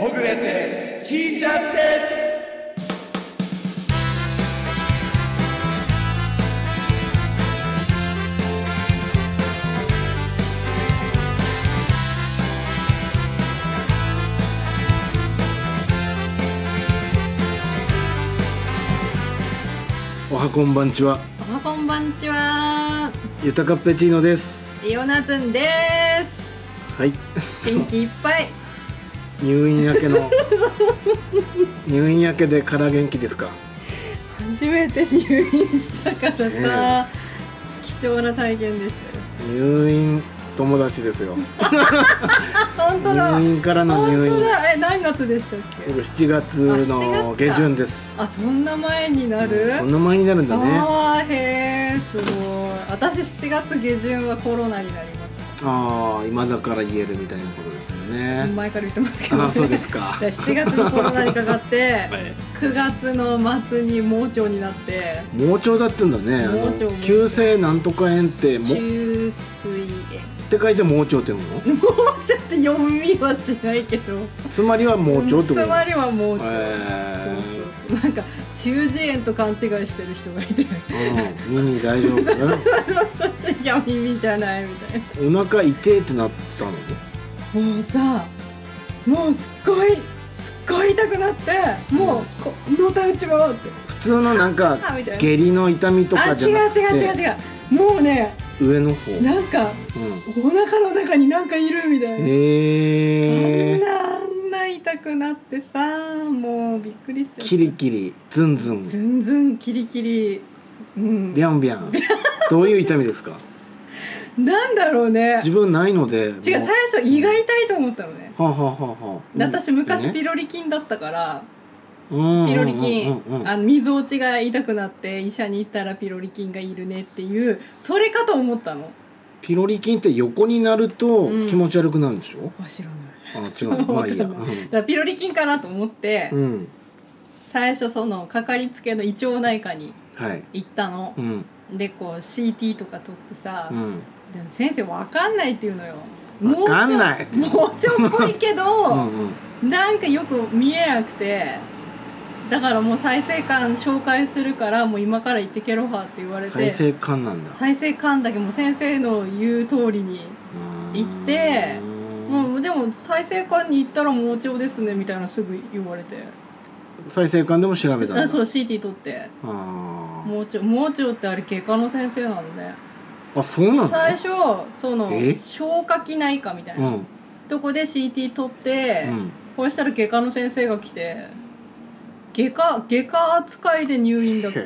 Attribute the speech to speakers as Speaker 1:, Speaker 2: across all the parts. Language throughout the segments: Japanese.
Speaker 1: ほぐれて聞いちゃって
Speaker 2: おはこんばんちは
Speaker 3: おはこんばんちは
Speaker 2: ゆたかっぺチーノです
Speaker 3: イオナズンで
Speaker 2: はい
Speaker 3: す元気いっぱい
Speaker 2: 入院明け の入院明けでから元気ですか
Speaker 3: 初めて入院したからさ、貴重な体験でしたよ
Speaker 2: 入院友達ですよ
Speaker 3: 本当だ
Speaker 2: 入院からの入
Speaker 3: 本当
Speaker 2: 院
Speaker 3: だえ何月でしたっけ
Speaker 2: 僕7月の
Speaker 3: あ7月
Speaker 2: 下
Speaker 3: か
Speaker 2: 旬です
Speaker 3: あそんな前になる、
Speaker 2: そんな前になるんだね
Speaker 3: あーへーすごい私7月下旬はコロナになりまし
Speaker 2: ああ今だから言えるみたいなことですよ
Speaker 3: た
Speaker 2: ね
Speaker 3: 前から言ってますけど、ね、
Speaker 2: ああそうです か
Speaker 3: で7月にコロナにかか って、
Speaker 2: い
Speaker 3: 9月の末に盲腸になって
Speaker 2: 盲腸だってんだねあ
Speaker 3: 盲
Speaker 2: の
Speaker 3: 腸盲腸
Speaker 2: 急性なんとか炎ってもっ
Speaker 3: 中水炎
Speaker 2: て書いて盲腸っていうの
Speaker 3: もうちょっと読みはしないけど
Speaker 2: つまりは盲腸ってこと
Speaker 3: つまりはもうちょっと、
Speaker 2: え
Speaker 3: そうそうそうなんか中耳炎と勘違いしてる人がいて
Speaker 2: ーうん耳大丈夫かな
Speaker 3: いや耳じゃないみたい
Speaker 2: お腹痛えってなったの
Speaker 3: なもうさもうすっごいすっごい痛くなってもうこのたうちもって
Speaker 2: 普通のなんか
Speaker 3: あみたいな
Speaker 2: 下痢の痛みと
Speaker 3: あ
Speaker 2: かじ
Speaker 3: 違う
Speaker 2: ゃなくて
Speaker 3: 違う違う違うもうね
Speaker 2: 上の方うん
Speaker 3: なんかお腹の中になんかいるみたいな、
Speaker 2: へえ
Speaker 3: あんなあんな痛くなってさもうびっくりしちゃった
Speaker 2: キリキリズンズン
Speaker 3: ずんずんキリキリうん
Speaker 2: ビャンビャンどういう痛みです か
Speaker 3: なんだろうね
Speaker 2: 自分ないので違う
Speaker 3: 違う最初胃が痛いと思ったのね
Speaker 2: はあ、はあはあはあ、
Speaker 3: 私昔ピ
Speaker 2: ロ
Speaker 3: ロリ菌だったから
Speaker 2: ピ
Speaker 3: ピロリ菌
Speaker 2: うんうんうん
Speaker 3: あの水落ちが痛くなって医者に行ったらピロリ菌がいるねっていうそれかと思ったの
Speaker 2: ピロリ菌って横になると
Speaker 3: うん
Speaker 2: 気持ち悪くなるんでしょ、
Speaker 3: あ知らな
Speaker 2: あ
Speaker 3: い
Speaker 2: 違 うまあいいや
Speaker 3: わかんないだからピロリ菌かなと思って
Speaker 2: うん、うん、
Speaker 3: 最初そのかかりつけの胃腸内科に
Speaker 2: はい
Speaker 3: 行ったの
Speaker 2: うん
Speaker 3: でこう CT とか取ってさ
Speaker 2: うん
Speaker 3: でも先生わかんないって言うのよ
Speaker 2: わかんない
Speaker 3: 盲腸盲腸っぽいけ
Speaker 2: う
Speaker 3: ど、
Speaker 2: んうん
Speaker 3: なんかよく見えなくてだからもう再生館紹介するからもう今から行ってけろはって言われて
Speaker 2: 再生感なんだ
Speaker 3: 再生館だけもう先生の言う通りに、行って
Speaker 2: うーん
Speaker 3: もうでも再生館に行ったら盲腸ですねみたいなすぐ言われて
Speaker 2: 再生感でも調べたんだ
Speaker 3: あそう CT 取って
Speaker 2: あー
Speaker 3: 盲腸盲腸ってあれ外科の先生なのね
Speaker 2: あそうなん
Speaker 3: 最
Speaker 2: だ
Speaker 3: 初その
Speaker 2: え
Speaker 3: 消化器内科みたいうな、
Speaker 2: ん
Speaker 3: とこで CT 取って、
Speaker 2: うん
Speaker 3: こうしたら外科の先生が来て外科外科扱いで入院だっけ
Speaker 2: へ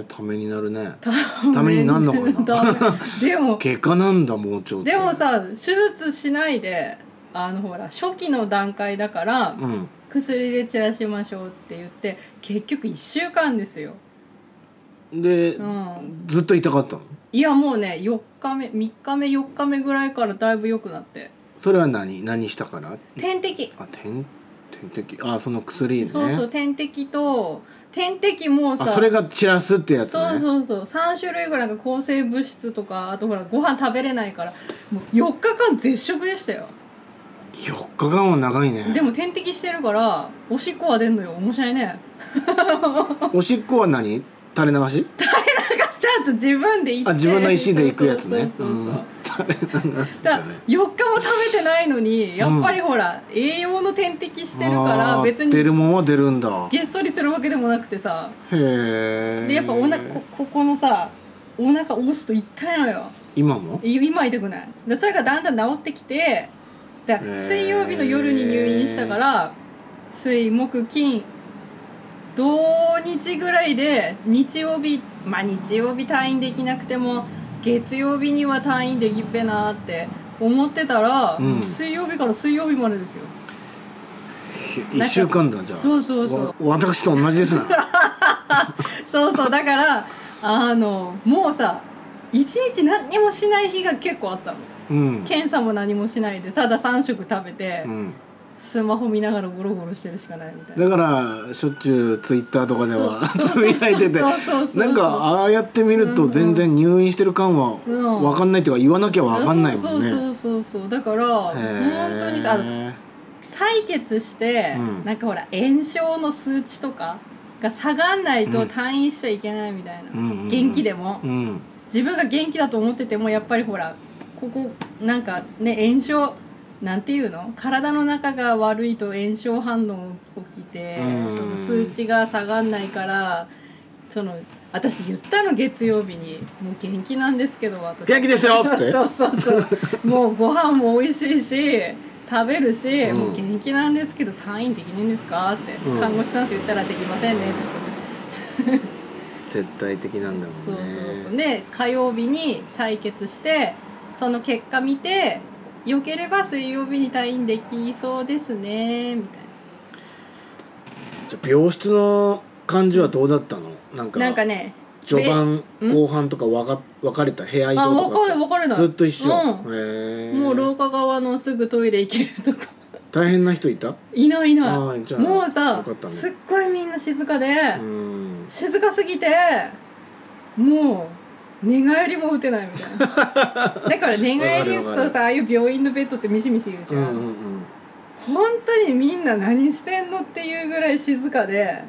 Speaker 2: えためになるね
Speaker 3: た
Speaker 2: ためになんのかな
Speaker 3: ダメでも
Speaker 2: 外科なんだ盲腸って
Speaker 3: でもさ手術しないであのほら初期の段階だから
Speaker 2: うん
Speaker 3: 薬で散らしましょうって言って結局1週間ですよ、
Speaker 2: で、
Speaker 3: うん、
Speaker 2: ずっと痛かったの
Speaker 3: いやもうね4日目3日目4日目ぐらいからだいぶ良くなって
Speaker 2: それは何何したから
Speaker 3: 点滴
Speaker 2: あ点点滴あその薬ね
Speaker 3: そうそう点滴と点滴もさ
Speaker 2: あそれが散らすってやつね
Speaker 3: そうそうそう3種類ぐらいが抗生物質とかあとほらご飯食べれないからもう4日間絶食でしたよ
Speaker 2: 4日間は長いね
Speaker 3: でも点滴してるからおしっこは出んのよ面白いね
Speaker 2: おしっこは何垂れ流し
Speaker 3: なんかちゃんと自分で行って
Speaker 2: あ自分の意思で行くやつね
Speaker 3: そうそうそう
Speaker 2: う
Speaker 3: そう
Speaker 2: ん垂れ流し
Speaker 3: だ
Speaker 2: だ
Speaker 3: から
Speaker 2: ね
Speaker 3: 4日も食べてないのにやっぱりほら、栄養の点滴してるから
Speaker 2: あー
Speaker 3: 別
Speaker 2: 出る
Speaker 3: に
Speaker 2: もんは出るんだ
Speaker 3: げっそりするわけでもなくてさ
Speaker 2: へえ
Speaker 3: でやっぱお腹こここのさお腹押すと痛いのよ
Speaker 2: 今も
Speaker 3: 今痛くないでそれがだんだん治ってきてで
Speaker 2: ー
Speaker 3: 水曜日の夜に入院したから水木金土日ぐらいで日曜日まあ日曜日退院できなくても月曜日には退院できっぺなーって思ってたら、
Speaker 2: うん
Speaker 3: もう水曜日から水曜日までですよ
Speaker 2: 一週間だじゃあ
Speaker 3: そうそうそう
Speaker 2: わ私と同じです な
Speaker 3: そうそうだからあのもうさ一日何にもしない日が結構あったの
Speaker 2: うん
Speaker 3: 検査も何もしないでただ3食食べて、
Speaker 2: うん
Speaker 3: スマホ見ながらゴロゴロしてるしかないみたい
Speaker 2: だ
Speaker 3: な。
Speaker 2: からしょっちゅうツイッターとかでは
Speaker 3: そう
Speaker 2: つぶやいてて
Speaker 3: そうそうそうそう
Speaker 2: なんかああやって見ると全然入院してる感は
Speaker 3: うん
Speaker 2: わかんないっていうか言わなきゃわかんないもん
Speaker 3: そう
Speaker 2: ね
Speaker 3: そうそうそうだから
Speaker 2: へー
Speaker 3: 本当にさあの採血して、
Speaker 2: うん
Speaker 3: なんかほら炎症の数値とかが下がんない
Speaker 2: う
Speaker 3: と
Speaker 2: ん
Speaker 3: 退院しちゃいけないみたいな、
Speaker 2: うんうんうん
Speaker 3: 元気でも、
Speaker 2: うん
Speaker 3: 自分が元気だと思っててもやっぱりほらここなんかね炎症なんていうの体の中が悪いと炎症反応起きて
Speaker 2: うん
Speaker 3: その数値が下がんないからその私言ったの月曜日に「もう元気なんですけど私」
Speaker 2: 元気ですよって
Speaker 3: そうそうそうもうご飯も美味しいし食べるし、
Speaker 2: うん
Speaker 3: もう元気なんですけど退院できないんですかって、
Speaker 2: うん
Speaker 3: 看護師さんって言ったらできませんねって
Speaker 2: 絶対的なんだも
Speaker 3: そ
Speaker 2: ん
Speaker 3: う
Speaker 2: ね
Speaker 3: そうそうで火曜日に採血してその結果見て良ければ水曜日に退院できそうですねみたい
Speaker 2: じゃあ病室の感じはどうだったのなんか
Speaker 3: ななんかね
Speaker 2: 序盤
Speaker 3: べうん
Speaker 2: 後半とか分か分かれた部屋移
Speaker 3: あ
Speaker 2: 動と
Speaker 3: 分
Speaker 2: か
Speaker 3: かる分かるな
Speaker 2: ずっと一緒、
Speaker 3: う
Speaker 2: へ
Speaker 3: ん、も
Speaker 2: ー
Speaker 3: う廊下側のすぐトイレ行けるとか
Speaker 2: 大変な人いた
Speaker 3: いないい
Speaker 2: あ
Speaker 3: な
Speaker 2: ーじ
Speaker 3: い
Speaker 2: ゃあ
Speaker 3: もうさ、
Speaker 2: よかったね
Speaker 3: すっごいみんな静かで、
Speaker 2: うん
Speaker 3: 静かすぎてもう寝返りも打てない みたいなだから寝返り打つと
Speaker 2: わかるわか
Speaker 3: さああいう病院のベッドってミシミシ言うじ
Speaker 2: う
Speaker 3: ゃ
Speaker 2: んうんうん
Speaker 3: 本当にみんな何してんのっていうぐらい静かで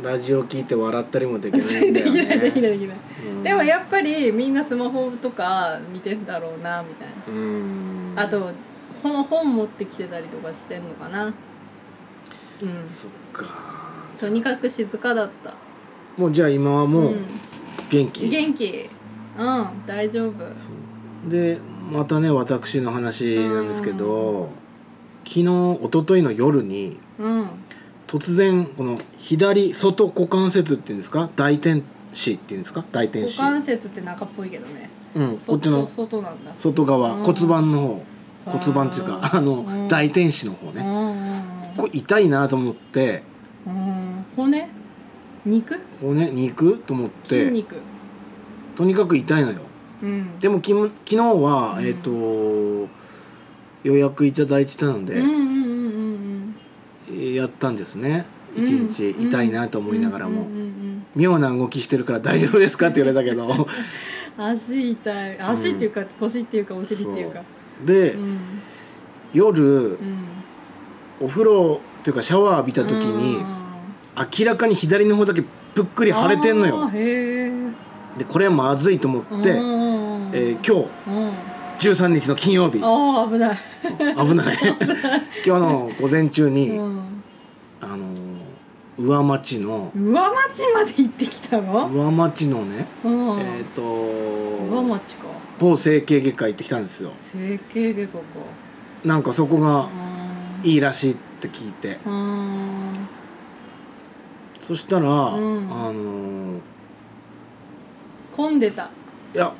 Speaker 2: ラジオ聞いて笑ったりもできない
Speaker 3: で
Speaker 2: んだ
Speaker 3: き
Speaker 2: よ
Speaker 3: ない
Speaker 2: ね
Speaker 3: できないできない、
Speaker 2: うん
Speaker 3: でもやっぱりみんなスマホとか見てんだろうなみたいな、
Speaker 2: うん
Speaker 3: あとこの本持ってきてたりとかしてんのかなうん
Speaker 2: そっか
Speaker 3: とにかく静かだった
Speaker 2: もうじゃあ今はもう元気、
Speaker 3: うん、元気うん大丈夫
Speaker 2: でまたね私の話なんですけど昨日一昨日の夜に
Speaker 3: うん
Speaker 2: 突然この左外股関節っていうんですか大天使っていうんですか大天
Speaker 3: 股
Speaker 2: 使、
Speaker 3: 関節って中っぽいけどね
Speaker 2: うん、こ
Speaker 3: そ
Speaker 2: っちの
Speaker 3: そ外なんだ
Speaker 2: 外側、
Speaker 3: うん
Speaker 2: 骨盤の方
Speaker 3: あー
Speaker 2: 骨盤っていうかあ
Speaker 3: う
Speaker 2: の
Speaker 3: ん
Speaker 2: 大天使の方
Speaker 3: うん
Speaker 2: ね
Speaker 3: うん
Speaker 2: これ痛いなと思って
Speaker 3: うんうん骨肉
Speaker 2: 骨肉と思っ
Speaker 3: 筋
Speaker 2: て
Speaker 3: 肉
Speaker 2: とにかく痛いのよ
Speaker 3: うん
Speaker 2: でもきも昨日は、
Speaker 3: うん
Speaker 2: えっ、と予約いただいてたので、
Speaker 3: うんうんうんうん
Speaker 2: えーやったんですね
Speaker 3: うん
Speaker 2: 一日
Speaker 3: うん
Speaker 2: 痛いなと思いながらも、
Speaker 3: うんうんうん
Speaker 2: 妙な動きしてるから大丈夫ですかって言われたけ ど
Speaker 3: うん足痛い足っていうか、腰っていうかお尻っていうか
Speaker 2: で、
Speaker 3: うん
Speaker 2: 夜
Speaker 3: うん
Speaker 2: お風呂っていうかシャワー浴びた時に、明らかに左の方だけぷっくり腫れてんの
Speaker 3: あ
Speaker 2: よ
Speaker 3: ーへ
Speaker 2: でこれはまずいと思って、
Speaker 3: えうん
Speaker 2: えー今
Speaker 3: うん
Speaker 2: 日13日の金曜日
Speaker 3: ああ危ない
Speaker 2: 危ない 今日の午前中に、
Speaker 3: うん
Speaker 2: あのー上町の
Speaker 3: 上町まで行ってきたの
Speaker 2: 上町のね、
Speaker 3: うん
Speaker 2: えっ、と
Speaker 3: 上町か
Speaker 2: 某整形外科行ってきたんですよ
Speaker 3: 整形外科か
Speaker 2: なんかそこが
Speaker 3: うん
Speaker 2: いいらしいって聞いて
Speaker 3: うん
Speaker 2: そしたら、
Speaker 3: ん
Speaker 2: あのー
Speaker 3: 混んでた
Speaker 2: いや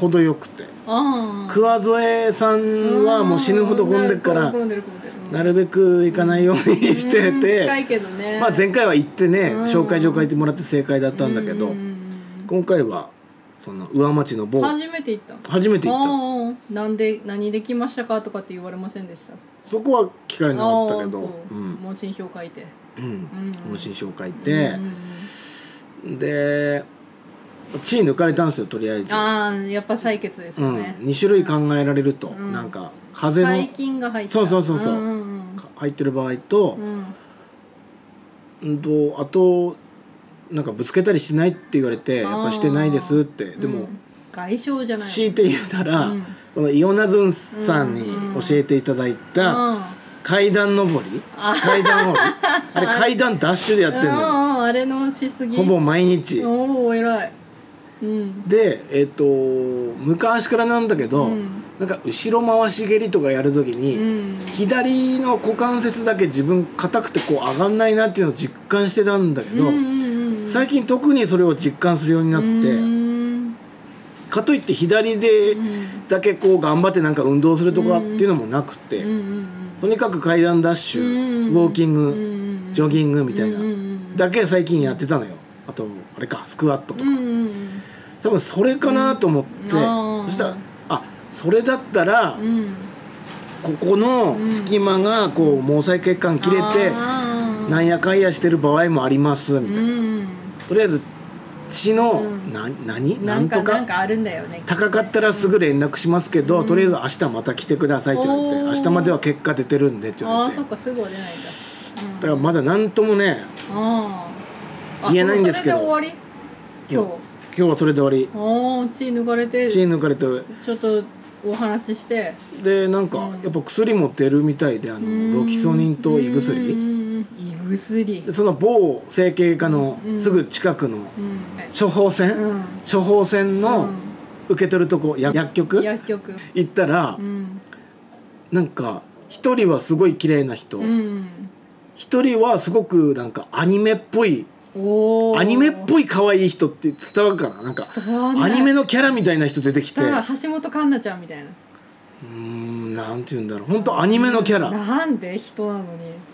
Speaker 2: 程よくて
Speaker 3: ああ
Speaker 2: 桑添さんはもう死ぬほど混んでるから
Speaker 3: 混んでる混んでるうん
Speaker 2: なるべく行かないようにして
Speaker 3: うん
Speaker 2: て、
Speaker 3: 近いけどね
Speaker 2: まあ、前回は行ってね、
Speaker 3: うん
Speaker 2: 紹介状書いてもらって正解だったんだけど、
Speaker 3: うううん
Speaker 2: 今回はその上町の某
Speaker 3: 初めて行った
Speaker 2: 初めて行ったんで
Speaker 3: ああなんで何できましたかとかって言われませんでした
Speaker 2: すそこは聞かれなかったけど
Speaker 3: ああ
Speaker 2: う
Speaker 3: そうん問診票書いて
Speaker 2: うん
Speaker 3: うん
Speaker 2: 問診票書い
Speaker 3: うん
Speaker 2: て
Speaker 3: うんうん
Speaker 2: で血抜かれたんですよとりあえず、
Speaker 3: ああやっぱ採血です
Speaker 2: う
Speaker 3: よ
Speaker 2: ん、
Speaker 3: ね
Speaker 2: 2種類考えられると、
Speaker 3: うん
Speaker 2: なんか風
Speaker 3: 細
Speaker 2: 邪
Speaker 3: 菌が入った
Speaker 2: そうそうそうそう
Speaker 3: うんうん
Speaker 2: の入ってる場合と
Speaker 3: う,、ん
Speaker 2: うんとあとなんかぶつけたりしてないって言われて
Speaker 3: あー
Speaker 2: やっぱしてないですってで
Speaker 3: う
Speaker 2: も、
Speaker 3: ん外傷じゃない
Speaker 2: 強いて言うなら、
Speaker 3: うん
Speaker 2: このイオナズンさんに
Speaker 3: うん
Speaker 2: 教えていただいた
Speaker 3: うん
Speaker 2: 階段上り階段上 りあれ階段ダッシュでやってんのよ
Speaker 3: うんうんあれのしすぎ
Speaker 2: ほぼ毎日
Speaker 3: おお偉いうん
Speaker 2: でえっ、と昔からなんだけど、
Speaker 3: うん
Speaker 2: なんか後ろ回し蹴りとかやるときに、
Speaker 3: うん
Speaker 2: 左の股関節だけ自分硬くてこう上がんないなっていうのを実感してたんだけど、
Speaker 3: うんうんうん
Speaker 2: 最近特にそれを実感するようになって、
Speaker 3: うん
Speaker 2: かといって左で
Speaker 3: うん
Speaker 2: だけこう頑張ってなんか運動するとかっていうのもなくて、
Speaker 3: うんうん
Speaker 2: とにかく階段ダッシュ、
Speaker 3: うん
Speaker 2: ウォーキング、
Speaker 3: うん
Speaker 2: ジョギングみたいな、
Speaker 3: うんうんうん
Speaker 2: だけ最近やってたのよあとあれかスクワットと
Speaker 3: う
Speaker 2: か、
Speaker 3: んうん
Speaker 2: 多分それかなと思って、
Speaker 3: うんあー
Speaker 2: そしたらあそれだったら、
Speaker 3: うんうん
Speaker 2: ここの隙間がこう毛細血管切れて、
Speaker 3: あー
Speaker 2: なんやかんやしてる場合もありますみたいな、
Speaker 3: うん
Speaker 2: とりあえずちの、
Speaker 3: うん
Speaker 2: な何
Speaker 3: な
Speaker 2: なんん
Speaker 3: か
Speaker 2: と
Speaker 3: なん
Speaker 2: か
Speaker 3: かあるんだよね
Speaker 2: 高かったらすぐ連絡しますけど、
Speaker 3: うん
Speaker 2: とりあえず明日また来てくださいって言われて
Speaker 3: おー
Speaker 2: 明日までは結果出てるんでって言
Speaker 3: あ
Speaker 2: わ
Speaker 3: あ
Speaker 2: れて
Speaker 3: そっ
Speaker 2: だ
Speaker 3: かすぐは出ないんだ、うん、
Speaker 2: からまだ何ともね
Speaker 3: あーあ
Speaker 2: 言えないんですけど
Speaker 3: それで終わり今
Speaker 2: いや今日はそれで終わ
Speaker 3: 日ああ血抜かれて
Speaker 2: り血抜かれて
Speaker 3: ちょっとお話しして
Speaker 2: でなんか
Speaker 3: うん
Speaker 2: やっぱ薬も出るみたいであのロキソニンと胃
Speaker 3: うん
Speaker 2: 薬
Speaker 3: うんうん胃薬
Speaker 2: でその某整形科の
Speaker 3: うん
Speaker 2: すぐ近くの
Speaker 3: うん
Speaker 2: 処方箋、
Speaker 3: うん
Speaker 2: 処方箋
Speaker 3: う
Speaker 2: の
Speaker 3: ん
Speaker 2: 受け取るとこや薬局
Speaker 3: 薬局
Speaker 2: 行ったら
Speaker 3: うん
Speaker 2: なんか一人はすごい綺麗な人
Speaker 3: うん
Speaker 2: 一人はすごくなんかアニメっぽい
Speaker 3: おー
Speaker 2: アニメっぽい可愛い人って伝わるかななんか
Speaker 3: 伝わん
Speaker 2: ア
Speaker 3: ない
Speaker 2: ニメのキャラみたいな人出てきて
Speaker 3: ただ
Speaker 2: う
Speaker 3: 橋本環奈ちゃんみたいな
Speaker 2: ーんなんて言うんだろう本当アニメのキャラ
Speaker 3: なんで人なのに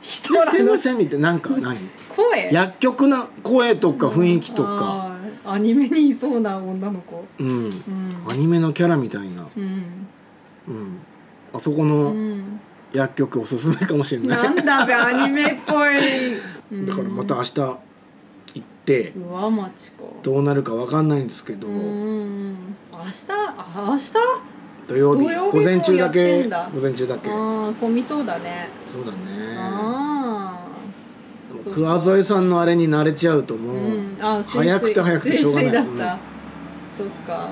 Speaker 3: 人
Speaker 2: いらっしゃい
Speaker 3: なの
Speaker 2: ま
Speaker 3: に
Speaker 2: せみたいななんか何
Speaker 3: 声
Speaker 2: 薬局の声とか雰囲気とか、
Speaker 3: あーアニメにいそうな女の子
Speaker 2: うん、
Speaker 3: うん
Speaker 2: アニメのキャラみたいな、
Speaker 3: うん、
Speaker 2: うん、あそこ
Speaker 3: う
Speaker 2: の
Speaker 3: ん、
Speaker 2: 薬局おすすめかもしれない、
Speaker 3: なんだべアニメっぽい、うん
Speaker 2: だからまた明日行って
Speaker 3: 上町か
Speaker 2: どうなるかわかんないんですけど、
Speaker 3: うん明日あ明日
Speaker 2: 土曜日
Speaker 3: 土曜日
Speaker 2: 午前中だ
Speaker 3: もうやっ
Speaker 2: け
Speaker 3: てんだ
Speaker 2: 午前中だけそう
Speaker 3: ああ混みそうだね
Speaker 2: だね
Speaker 3: あ
Speaker 2: でも
Speaker 3: そう
Speaker 2: 桑添さんのあれに慣れちゃうとも
Speaker 3: あ
Speaker 2: う、
Speaker 3: うんあーすいすい
Speaker 2: 早くて早くてしょうがない
Speaker 3: すいすいだった、そっか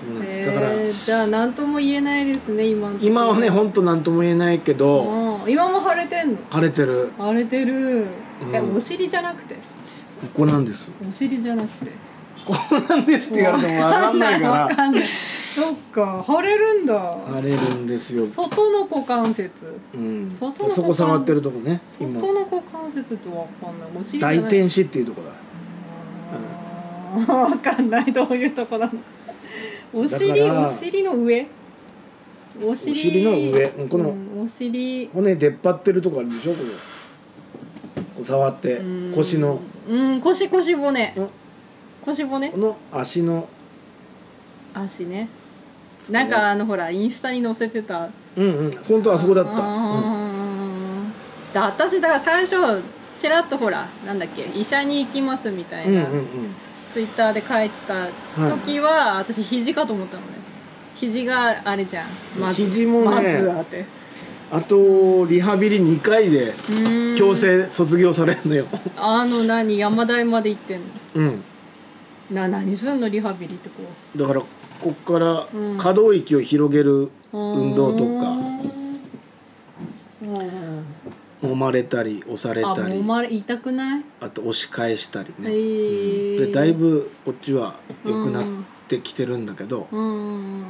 Speaker 2: そうなんです、
Speaker 3: えー、じゃあ何とも言えないですね今の
Speaker 2: だから今はね
Speaker 3: ん
Speaker 2: 本当なんとも言えないけど
Speaker 3: と今も晴れてんの
Speaker 2: 晴れてる
Speaker 3: 荒れてる、え
Speaker 2: うん
Speaker 3: お尻じゃなくて
Speaker 2: ここなんです
Speaker 3: お尻じゃなくて
Speaker 2: こ こなんですって言われてもわかんないから
Speaker 3: わかんないそっか腫れるんだ
Speaker 2: 晴れるんですよ。
Speaker 3: 外の股関節
Speaker 2: うん。そ
Speaker 3: 外の股間
Speaker 2: こ触ってるとこね。
Speaker 3: 外
Speaker 2: 今
Speaker 3: の股関節とわかんないお尻じゃない
Speaker 2: 大天使っていうとこだ。
Speaker 3: あーわかんないどういうとこなの
Speaker 2: そう
Speaker 3: お尻
Speaker 2: だから
Speaker 3: お尻の上お尻
Speaker 2: お尻の上うんこの
Speaker 3: うんお尻
Speaker 2: 骨出っ張ってるとこあるでしょ。こここう触って
Speaker 3: うん
Speaker 2: 腰の
Speaker 3: うん腰腰骨
Speaker 2: うん
Speaker 3: 腰骨
Speaker 2: この足の
Speaker 3: 足ねなんかあのほらインスタに載せてた
Speaker 2: うんうん本当はあそこだった。うん
Speaker 3: あーだ私だから最初ちらっとほらなんだっけ医者に行きますみた
Speaker 2: う
Speaker 3: い
Speaker 2: んう
Speaker 3: な、
Speaker 2: んうん。
Speaker 3: ツイッターで書いてた時は、私肘かと思ったのね肘があれじゃんまず
Speaker 2: 肘もね
Speaker 3: まずはって
Speaker 2: あとリハビリ2回で
Speaker 3: うーん
Speaker 2: 強制卒業されるのよ。
Speaker 3: あの何山台まで行ってんの
Speaker 2: うん。
Speaker 3: な何すんのリハビリってこ
Speaker 2: だからこっから
Speaker 3: うん
Speaker 2: 可動域を広げる
Speaker 3: ううーん
Speaker 2: 運動と
Speaker 3: うん
Speaker 2: 揉まれたり押され
Speaker 3: あ
Speaker 2: た
Speaker 3: も
Speaker 2: り
Speaker 3: うまれ痛くない、
Speaker 2: あと押し返したりね。
Speaker 3: へー
Speaker 2: でだいぶこっちは良くなってきてるんだけど、
Speaker 3: うん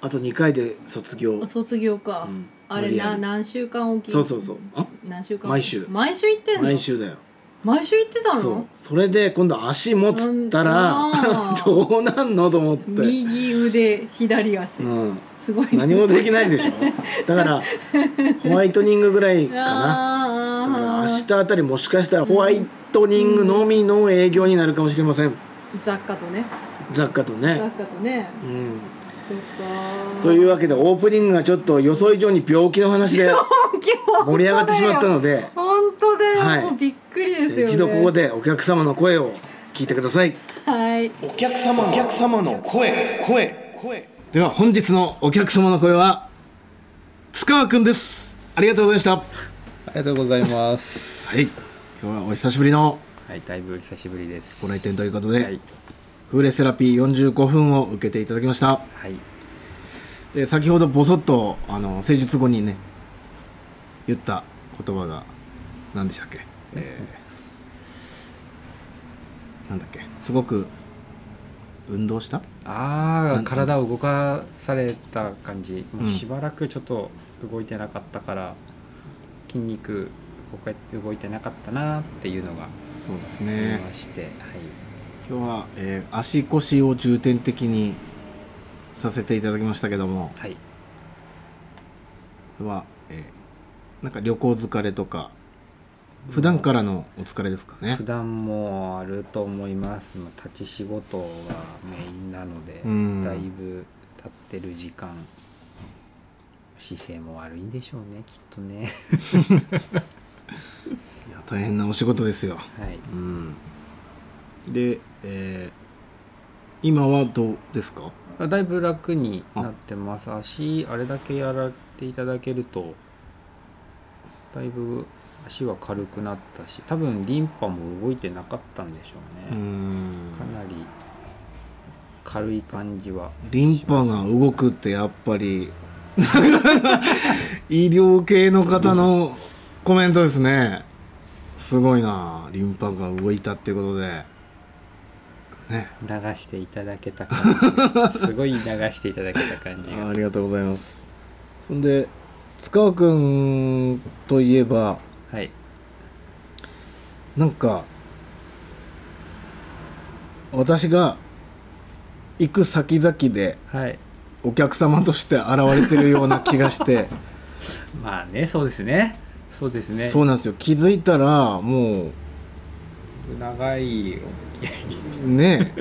Speaker 2: あと2回で卒業
Speaker 3: あ卒業か、
Speaker 2: うん
Speaker 3: あ
Speaker 2: 無
Speaker 3: れ
Speaker 2: 理や
Speaker 3: な
Speaker 2: り
Speaker 3: 何週間おき
Speaker 2: そうそうそうあ
Speaker 3: 何週間
Speaker 2: 毎週
Speaker 3: 毎週行ってんの
Speaker 2: 毎週だよ
Speaker 3: 毎週行ってた
Speaker 2: そう
Speaker 3: の
Speaker 2: それで今度足持つったら
Speaker 3: うんあ ー
Speaker 2: どうなんのと思って、う
Speaker 3: 右腕左足、
Speaker 2: ん、
Speaker 3: すごいね
Speaker 2: 何もできないでしょだからホワイトニングぐらいかなだから
Speaker 3: あ
Speaker 2: 明
Speaker 3: ー
Speaker 2: 日あたりもしかしたらホワイトニングのみの営業になるかもしれません
Speaker 3: 雑貨とね
Speaker 2: 雑貨と
Speaker 3: 雑
Speaker 2: ね、
Speaker 3: 貨とね
Speaker 2: うん、
Speaker 3: そっか
Speaker 2: というわけでオープニングがちょっと予想以上に病気の話 で盛り上がってしまったので
Speaker 3: 本当だよ、
Speaker 2: はい
Speaker 3: もうびっくりですよ、ね、
Speaker 2: 一度ここでお客様の声を聞いてください
Speaker 3: はい
Speaker 1: お客様のお客様の声声声
Speaker 2: では本日のお客様の声は塚川くんですありがとうございましたは
Speaker 4: ありがとうございます。
Speaker 2: い今日はお久しぶりの
Speaker 4: はい、だいぶ久しぶりです。
Speaker 2: ご来店ということで、
Speaker 4: はい、
Speaker 2: フーレセラピー45分を受けていただきました
Speaker 4: はい、
Speaker 2: で先ほどボソッとあの施術後にね言った言葉が何でしたっけ、えー、なんだっけすごく運動した
Speaker 4: あ
Speaker 2: な
Speaker 4: あ、
Speaker 2: ん
Speaker 4: 体を動かされた感じ。もううんしばらくちょっと動いてなかったから、筋肉動か動いてなかったなっていうのが
Speaker 2: そうです
Speaker 4: あり
Speaker 2: ね
Speaker 4: まして、はい。
Speaker 2: 今日は、えー足腰を重点的にさせていただきましたけども
Speaker 4: はい。
Speaker 2: これは、えーなんか旅行疲れとか普段からのお疲れですかね
Speaker 4: 普段もあると思います。まあ立ち仕事がメインなので、
Speaker 2: うん
Speaker 4: だいぶ立ってる時間。姿勢も悪いんでしょうね、きっとね。
Speaker 2: いや大変なお仕事ですよ
Speaker 4: はい。
Speaker 2: うんで、えー今はどうですか
Speaker 4: だいぶ楽になってます足あれだけやらていただけるとだいぶ足は軽くなったし多分リンパも動いてなかったんでしょ
Speaker 2: う
Speaker 4: う
Speaker 2: ー
Speaker 4: ね、
Speaker 2: ん
Speaker 4: かなり軽い感じは
Speaker 2: リンパが動くってやっぱり 医療系の方のコメントですねすごいなリンパが動いたっていうことでね
Speaker 4: 流していただけた感 じすごい流していただけた感じ
Speaker 2: あ
Speaker 4: が
Speaker 2: りがとうございますそんで塚尾君といえば
Speaker 4: はい
Speaker 2: なんか私が行く先々で
Speaker 4: はい
Speaker 2: お客様として現れてるような気が して
Speaker 4: まあねそうですねそうですね
Speaker 2: そうなんですよ気づいたらも
Speaker 4: 長いお付き 合
Speaker 2: うね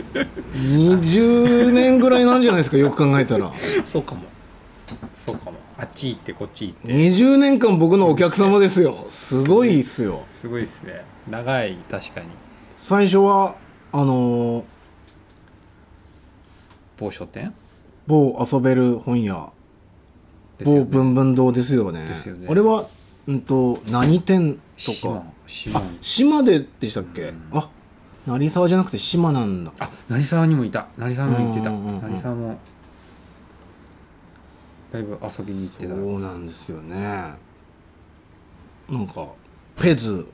Speaker 2: 20年ぐらいなんじゃないですかよく考えたら
Speaker 4: いそうかもそうかもあっち行ってこっち行って
Speaker 2: 20年間僕のお客様ですよすごいっすよ
Speaker 4: すごいですね長い確かに
Speaker 2: 最初はあのー
Speaker 4: 某書店
Speaker 2: 某遊べる本屋、某
Speaker 4: ね
Speaker 2: 文文堂ですよね
Speaker 4: ですよね
Speaker 2: あれはうんと何店とか
Speaker 4: 島島
Speaker 2: あ島ででしたっけ、
Speaker 4: うん
Speaker 2: あ成沢じゃなくて島なんだ
Speaker 4: あ成沢にもいた成沢も行ってた
Speaker 2: うんうんうん
Speaker 4: 成沢もだいぶ遊びに行って
Speaker 2: そ
Speaker 4: た
Speaker 2: うなんですよねなんかペズ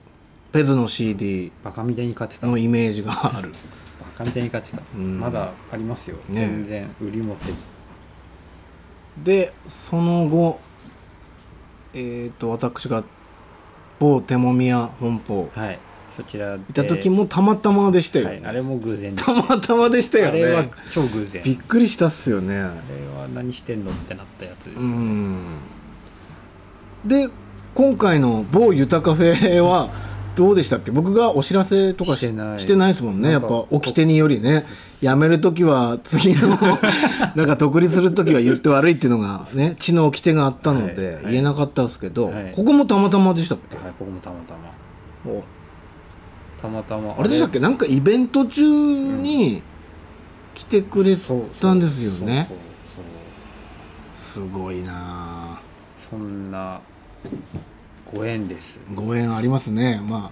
Speaker 2: ペズの CD
Speaker 4: バカみたいに買ってたバ
Speaker 2: のイメージがある
Speaker 4: カみたいに買ってた、
Speaker 2: うん
Speaker 4: まだありますよ、
Speaker 2: ね
Speaker 4: 全然売りもせず
Speaker 2: でその後えっ、と私が某手もみ屋本舗
Speaker 4: はいそちらで
Speaker 2: いた時もたまたまでしたよ、
Speaker 4: はい、あれも偶然です
Speaker 2: たまたまでしたよ
Speaker 4: あれは
Speaker 2: ね
Speaker 4: 超偶然
Speaker 2: びっくりしたっすよね
Speaker 4: あれは何してんのってなったやつです、
Speaker 2: うんで今回の某ゆたカフェはどうでしたっけ僕がお知らせとかし
Speaker 4: してない
Speaker 2: してないですもんね
Speaker 4: な
Speaker 2: や
Speaker 4: ん
Speaker 2: っ
Speaker 4: か
Speaker 2: ぱ掟によりねやめる時は次 のなんか独立する時は言って悪いっていうのがね血の掟があったので
Speaker 4: はいはい
Speaker 2: 言えなかったんですけど、
Speaker 4: はい
Speaker 2: ここもたまたまでしたっけ、
Speaker 4: はいここもたまたま
Speaker 2: お
Speaker 4: たまたま
Speaker 2: あれでしたっけなんかイベント中に来てくれたんですよね
Speaker 4: そうそう
Speaker 2: すごいなあ
Speaker 4: そうそうそんなご縁です
Speaker 2: ご縁ありますねまあ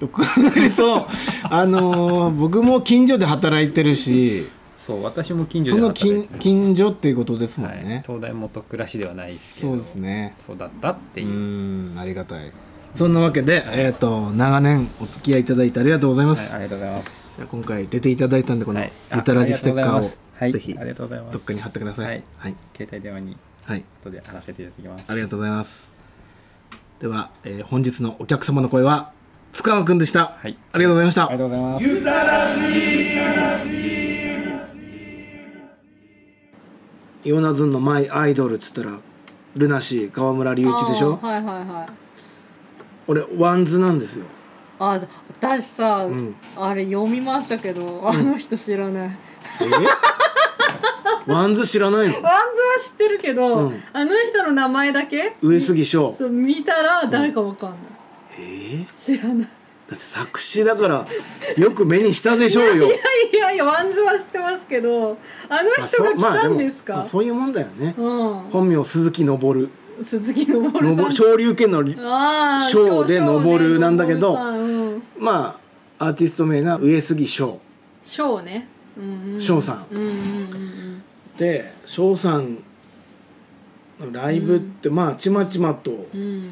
Speaker 2: よく考える とあのー僕も近所で働いてるし
Speaker 4: そう私も近所
Speaker 2: そ
Speaker 4: で
Speaker 2: の
Speaker 4: 働い
Speaker 2: 近
Speaker 4: てる
Speaker 2: 近所っていうことですもん
Speaker 4: は
Speaker 2: ね
Speaker 4: い、、東大元暮らしではないですけど
Speaker 2: そうですね
Speaker 4: そうだったって
Speaker 2: う
Speaker 4: いう、
Speaker 2: んありがたいそんなわけで、えー、と長年お付き合いいただいてありがとうございま
Speaker 4: はい、
Speaker 2: す、
Speaker 4: ありがとうございます
Speaker 2: 今回出ていただいたんでこの
Speaker 4: はい
Speaker 2: 「
Speaker 4: あ
Speaker 2: ゆたらじステッカーを」
Speaker 4: あり
Speaker 2: ぜひ
Speaker 4: がとうございますはい、ありがとうございま
Speaker 2: ど
Speaker 4: す
Speaker 2: っかに貼ってください
Speaker 4: はい
Speaker 2: はい、
Speaker 4: 携帯電話に
Speaker 2: はい
Speaker 4: 後で貼らせていただきます
Speaker 2: ありがとうございますでは、えー本日のお客様の声は塚川くんでした、
Speaker 4: はい
Speaker 2: ありがとうございました
Speaker 4: ありがとうございます
Speaker 2: イオナズンのマイアイドルっつったらルナシー川村隆一でしょ
Speaker 3: あーはいはいはい
Speaker 2: 俺ワンズなんですよ
Speaker 3: あー私さ、
Speaker 2: ん
Speaker 3: あれ読みましたけどあの人知らない、
Speaker 2: え ワンズ知らないの
Speaker 3: ワンズは知ってるけど、
Speaker 2: うん
Speaker 3: あの人の名前だけ
Speaker 2: 上杉翔
Speaker 3: そう見たら誰かわかんない、
Speaker 2: えー、だ
Speaker 3: 知らな
Speaker 2: っ
Speaker 3: い
Speaker 2: て作詞だからよく目にしたでしょ うよ
Speaker 3: いやいやワンズは知ってますけどあの人
Speaker 2: そ
Speaker 3: が
Speaker 2: う
Speaker 3: 来たん
Speaker 2: ま
Speaker 3: ですか、
Speaker 2: まあそういうもんだよね、
Speaker 3: う
Speaker 2: 本名鈴木昇る
Speaker 3: ん鈴木のぼ
Speaker 2: 昇
Speaker 3: るさん
Speaker 2: る昇竜拳のり
Speaker 3: ああ
Speaker 2: 小で登るなんだけど
Speaker 3: うん、
Speaker 2: まあアーティスト名が上杉翔
Speaker 3: 小ねうんうん
Speaker 2: 翔さん
Speaker 3: うんうんうん
Speaker 2: で翔さんのライブって、まあちまちまと
Speaker 3: うんうん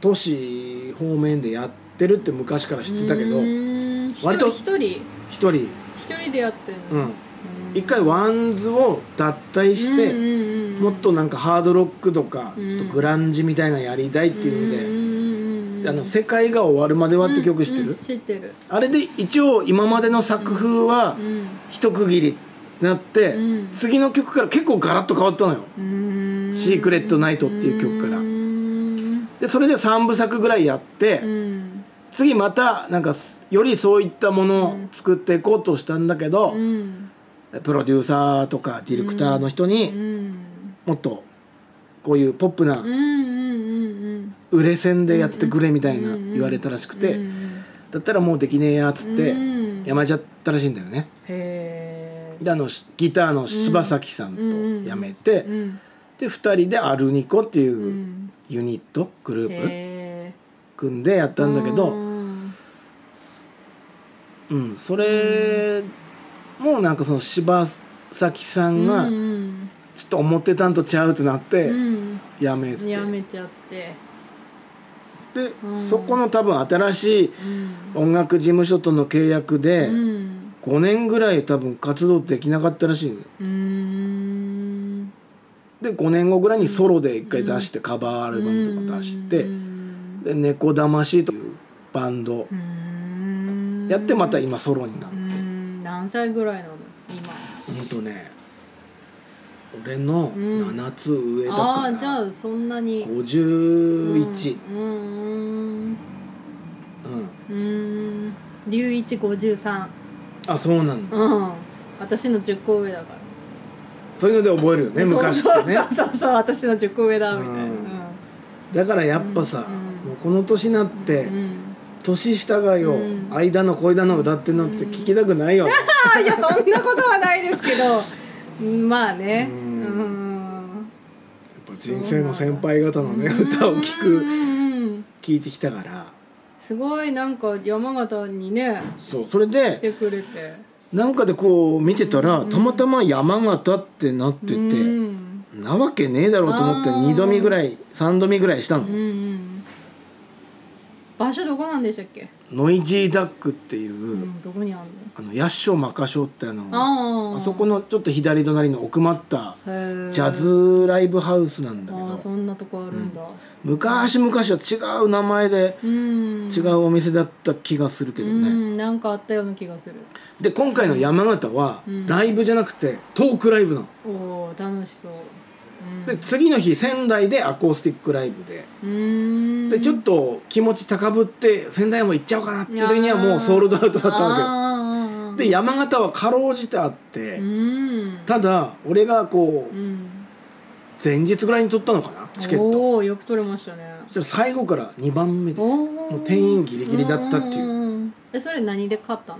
Speaker 2: 都市方面でやってるって昔から知ってたけど
Speaker 3: うーん
Speaker 2: 割と
Speaker 3: 一人一人
Speaker 2: 一人
Speaker 3: 一人でやってん
Speaker 2: う
Speaker 3: の、
Speaker 2: ん一回ワンズを脱退して、
Speaker 3: うんうんうん
Speaker 2: もっとなんかハードロックとか、
Speaker 3: うん
Speaker 2: ちょっとグランジみたいなのやりたいっていうので
Speaker 3: うんうん
Speaker 2: 「
Speaker 3: うんうん
Speaker 2: であの世界が終わるまでは」って曲知ってる、
Speaker 3: うんうん知ってる
Speaker 2: あれで一応今までの作風は
Speaker 3: うん
Speaker 2: 一区切りになって、
Speaker 3: うん
Speaker 2: 次の曲から結構ガラッと変わったのよ。
Speaker 3: うーん
Speaker 2: シークレットナイトっていう曲から
Speaker 3: うーん
Speaker 2: でそれで3部作ぐらいやって、
Speaker 3: うん
Speaker 2: 次またなんかよりそういったものを作っていこうとしたんだけど、
Speaker 3: うん
Speaker 2: プロデューサーとかディレクターの人に、
Speaker 3: うん
Speaker 2: もっとこういうポップな
Speaker 3: うんうん
Speaker 2: 売れ線でやってくれみたいな
Speaker 3: うん
Speaker 2: 言われたらしく
Speaker 3: う
Speaker 2: て
Speaker 3: ん
Speaker 2: だったらもうできねえやっつって
Speaker 3: うん
Speaker 2: やめちゃったらしいんだよね。
Speaker 3: へえ
Speaker 2: であのギターの柴咲さんとやめて、
Speaker 3: うん
Speaker 2: で2人でアルニコっていうううんユニットグループ
Speaker 3: へえ
Speaker 2: 組んでやったんだけど、
Speaker 3: うん
Speaker 2: うん、それもなんかその柴咲さんが
Speaker 3: うん
Speaker 2: ちょっと思ってたんとちゃうってなって
Speaker 3: うん
Speaker 2: やめて、
Speaker 3: やめちゃって
Speaker 2: で、
Speaker 3: うん
Speaker 2: そこの多分新しい
Speaker 3: うん
Speaker 2: 音楽事務所との契約で
Speaker 3: うん
Speaker 2: 5年ぐらい多分活動できなかったらしいの
Speaker 3: うーん
Speaker 2: で5年後ぐらいにソロで1回出してカバーアルバムとか出して、
Speaker 3: うん
Speaker 2: で猫魂というバンド
Speaker 3: うん
Speaker 2: やってまた今ソロになる、
Speaker 3: うん何歳ぐらいなの今
Speaker 2: ほんとね俺の
Speaker 3: うん
Speaker 2: 7つ上だから、
Speaker 3: ああーじゃあそんなに
Speaker 2: 51、
Speaker 3: うん
Speaker 2: うん
Speaker 3: うんうん龍一53
Speaker 2: あそうなんだ、
Speaker 3: うん私の10個上だから
Speaker 2: そういうので覚えるよね昔
Speaker 3: そう
Speaker 2: ってね
Speaker 3: そうそうそうそう私の10個上だみたいな
Speaker 2: うんだからやっぱさ、
Speaker 3: うん
Speaker 2: もうこの年になっ
Speaker 3: う
Speaker 2: て、
Speaker 3: んうん
Speaker 2: 年下がよ、
Speaker 3: うん
Speaker 2: 間の恋だの歌ってんのって聞きたくないよ、
Speaker 3: あいやそんなことはないですけどまあね
Speaker 2: う
Speaker 3: うんん
Speaker 2: やっぱ人生の先輩方のね歌を聴く
Speaker 3: く
Speaker 2: 聞いてきたから
Speaker 3: すごいなんか山形にね
Speaker 2: そうそれ
Speaker 3: 来
Speaker 2: で
Speaker 3: てくれて
Speaker 2: なんかでこう見てたら、たまたま山形ってなってて、
Speaker 3: うん
Speaker 2: なわけねえだろうと思って
Speaker 3: あー
Speaker 2: 2度見ぐらい3度見ぐらいしたの、
Speaker 3: うんうん場所どこなんでしたっけ、
Speaker 2: ノイジーダックっていう、
Speaker 3: うん、どこにある
Speaker 2: あの八所真か所ってあのあ
Speaker 3: のあー
Speaker 2: そこのちょっと左隣の奥まった
Speaker 3: へー
Speaker 2: ジャズライブハウスなんだけ
Speaker 3: あーそ
Speaker 2: ど
Speaker 3: んなとこあるんだ
Speaker 2: 昔々は違う名前で
Speaker 3: うん
Speaker 2: 違うお店だった気がするけど
Speaker 3: う
Speaker 2: ね、
Speaker 3: んなんかあったような気がする
Speaker 2: で今回の山形は
Speaker 3: うん
Speaker 2: ライブじゃなくてトークライブなの、
Speaker 3: おー楽しそう
Speaker 2: で次の日仙台でアコースティックライブで
Speaker 3: うん
Speaker 2: でちょっ
Speaker 3: と
Speaker 2: と気持ち高ぶって仙台も行っちゃおうかなって時にはもうソールドアウトだったわけよ
Speaker 3: わ
Speaker 2: で山形はかろうじてあって、
Speaker 3: うん
Speaker 2: ただ俺がこ
Speaker 3: う
Speaker 2: うん前日ぐらいに取ったのかなチケット
Speaker 3: おおよく取れましたね
Speaker 2: そしたら最後から2番目で
Speaker 3: も
Speaker 2: う定員ギリギリだったっていうん
Speaker 3: んんえそれ何で買ったの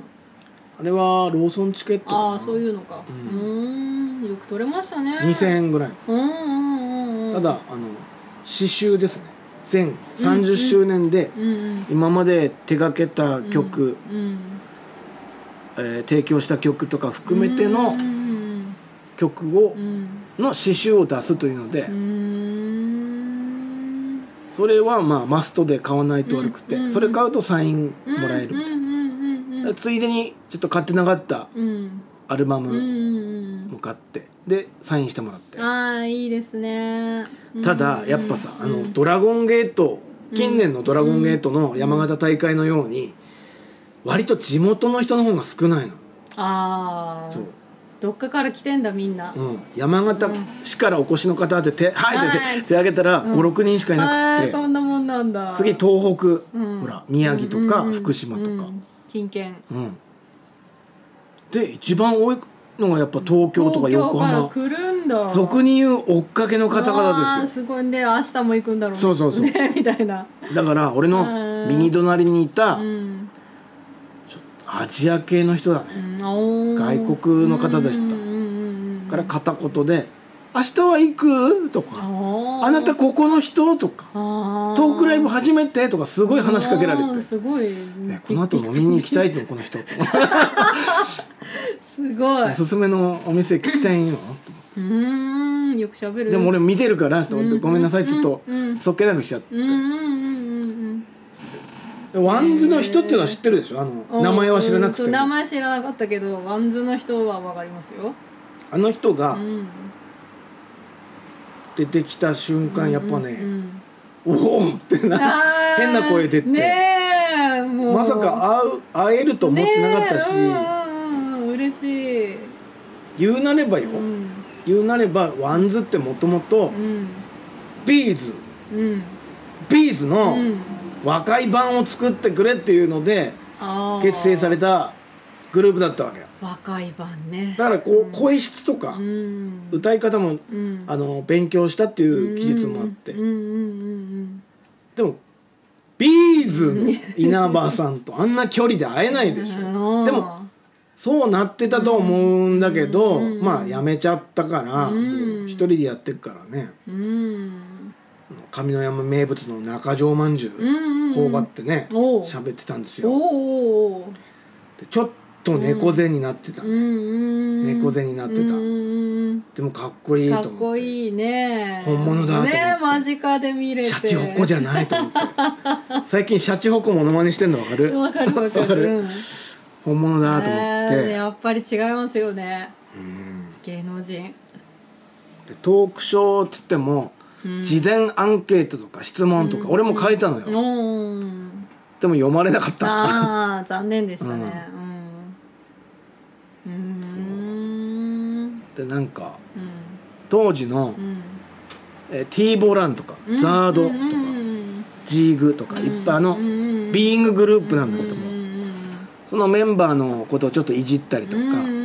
Speaker 2: あれはローソンチケットかな
Speaker 3: ああそういうのか
Speaker 2: う
Speaker 3: うんんんよく取れましたね
Speaker 2: 2000円ぐらい
Speaker 3: うんうんうんうん
Speaker 2: ただあの刺繍ですね全30周年で
Speaker 3: うんうん
Speaker 2: 今まで手掛けた曲、
Speaker 3: うん
Speaker 2: えー提供した曲とか含めての
Speaker 3: うん
Speaker 2: 曲を
Speaker 3: うんうん
Speaker 2: の刺繍を出すというので、
Speaker 3: うんうん
Speaker 2: それはまあマストで買わないと悪くて、
Speaker 3: うんうん
Speaker 2: それ買うとサインもらえる
Speaker 3: うん
Speaker 2: みたい
Speaker 3: うんうん
Speaker 2: な、
Speaker 3: うん
Speaker 2: ついでにちょっと買ってなかった
Speaker 3: うん
Speaker 2: アルバ
Speaker 3: うんう
Speaker 2: ム
Speaker 3: ん
Speaker 2: も買ってでサインしてもらって
Speaker 3: うんああいいですね
Speaker 2: ただやっぱさ、
Speaker 3: うん
Speaker 2: あのドラゴンゲート近年のドラゴンゲートの山形大会のように割と地元の人の方が少ないの、
Speaker 3: ああ
Speaker 2: そう
Speaker 3: どっかから来てんだみんな、
Speaker 2: うん、山形市からお越しの方って手,、はいって
Speaker 3: はい
Speaker 2: 手手挙げたら
Speaker 3: うん
Speaker 2: 56、人しかいな
Speaker 3: あ
Speaker 2: く
Speaker 3: あ
Speaker 2: て
Speaker 3: そんなもんなんだ
Speaker 2: 次東北、
Speaker 3: うん
Speaker 2: ほら宮城とか
Speaker 3: うんうんうん
Speaker 2: 福島とか、
Speaker 3: うん近県
Speaker 2: うんで一番多いのがやっぱ東京とか横浜
Speaker 3: 東京から来るんだ
Speaker 2: 俗に言う追っかけの方々
Speaker 3: あ
Speaker 2: で
Speaker 3: ー
Speaker 2: す
Speaker 3: すごいんで明日も行くんだろう
Speaker 2: そうそうそう
Speaker 3: ね みたいな
Speaker 2: よだから俺の右隣にいた
Speaker 3: うん、
Speaker 2: アジア系の人だね、
Speaker 3: うんおー
Speaker 2: 外国の方でした
Speaker 3: うんうんうん
Speaker 2: から片言で「明日は行く?」とか「あ
Speaker 3: あ
Speaker 2: なたここの人?」とか「
Speaker 3: ト
Speaker 2: トークライブ初めて?」とかすごい話しかけられて「
Speaker 3: すごい
Speaker 2: ねこの後飲みに行きたいのこの人」
Speaker 3: すごい
Speaker 2: おすすめのお店聞きたいんよ」
Speaker 3: うーんよく喋る
Speaker 2: でも俺見てるからと思って「
Speaker 3: うん
Speaker 2: ごめんなさいちょっと
Speaker 3: うんうん
Speaker 2: そっけなくしちゃって
Speaker 3: うんうんうんうん
Speaker 2: でワンズの人っていうのは知ってるでしょあ
Speaker 3: うん
Speaker 2: の名前は知らなくて
Speaker 3: うんそう
Speaker 2: も
Speaker 3: 名前知らなかったけどワンズの人はわかりますよ
Speaker 2: あの人
Speaker 3: う
Speaker 2: が
Speaker 3: ん
Speaker 2: 出てきた瞬間やっぱ
Speaker 3: う
Speaker 2: ね
Speaker 3: ん
Speaker 2: 「おお!」ってな
Speaker 3: あ ー
Speaker 2: 変な声出て
Speaker 3: ねえもう
Speaker 2: まさか会う会えると思ってなかったし
Speaker 3: ねえうんうんうん嬉しい
Speaker 2: 言うなればよ
Speaker 3: うん
Speaker 2: 言うなればワンズってもともと
Speaker 3: うん
Speaker 2: ビーズ
Speaker 3: うん
Speaker 2: ビーズの
Speaker 3: うん
Speaker 2: 若い版を作ってくれっていうので
Speaker 3: あー
Speaker 2: 結成されたグループだったわけよ
Speaker 3: 若い版ね
Speaker 2: だからこう声質とか
Speaker 3: うん
Speaker 2: 歌い方も
Speaker 3: うん
Speaker 2: あの勉強したっていう技術もあって
Speaker 3: うんうんうん
Speaker 2: でもビーズの稲葉さんとあんな距離で会えないでしょでもそうなってたと思うんだけど、
Speaker 3: うん
Speaker 2: まあやめちゃったから、
Speaker 3: うん
Speaker 2: 一人でやってくからね
Speaker 3: うん
Speaker 2: 上の山名物の中条まんじゅ
Speaker 3: うん
Speaker 2: う
Speaker 3: うんうん
Speaker 2: 頬張ってね
Speaker 3: おう
Speaker 2: 喋ってたんです
Speaker 3: お
Speaker 2: よ
Speaker 3: うおうおう
Speaker 2: でちょっと猫背になってた、
Speaker 3: うんうん
Speaker 2: 猫背になってた
Speaker 3: うんうん
Speaker 2: でもかっこいい
Speaker 3: うん
Speaker 2: と思
Speaker 3: かっ
Speaker 2: って
Speaker 3: こいいね
Speaker 2: 本物だと思って
Speaker 3: ね間近で見れて
Speaker 2: シャチホコじゃないと思って最近シャチホコモノマネしてんのわかる
Speaker 3: わかるわか
Speaker 2: わか
Speaker 3: る
Speaker 2: る
Speaker 3: うん
Speaker 2: 本物だと思っ
Speaker 3: ねえ
Speaker 2: て、
Speaker 3: やっぱり違いますよね
Speaker 2: うん
Speaker 3: 芸能人
Speaker 2: でトークショーっつっても
Speaker 3: うん
Speaker 2: 事前アンケートとか質問とか、
Speaker 3: うん
Speaker 2: 俺も書いたのよ、でも
Speaker 3: うん
Speaker 2: 読まれなかった
Speaker 3: ああ残念でしたねうんうん
Speaker 2: でなんか
Speaker 3: うん
Speaker 2: 当時の、
Speaker 3: うん
Speaker 2: えー、T ボランとか、
Speaker 3: うん
Speaker 2: ザードと
Speaker 3: う
Speaker 2: か、
Speaker 3: んうん
Speaker 2: ジーグとか、
Speaker 3: うん
Speaker 2: いっぱいあの、
Speaker 3: うんうんうん
Speaker 2: ビーインググループなんだけども、
Speaker 3: うんうん
Speaker 2: そのメンバーのことをちょっといじったりと
Speaker 3: う
Speaker 2: か、
Speaker 3: んうんうん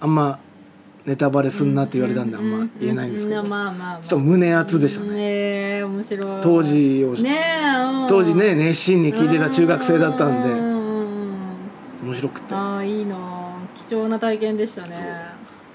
Speaker 2: あんまネタバレすんなって言われたんであんま言えないんですけど、
Speaker 3: ううまあまあまあ
Speaker 2: ちょっと胸熱でしたね、
Speaker 3: ねえ面白い
Speaker 2: 当時を、
Speaker 3: ねえうん
Speaker 2: 当時ね熱心に聞いてた中学生だったんで、
Speaker 3: ううん
Speaker 2: 面白くて
Speaker 3: ああいいな貴重な体験でしたね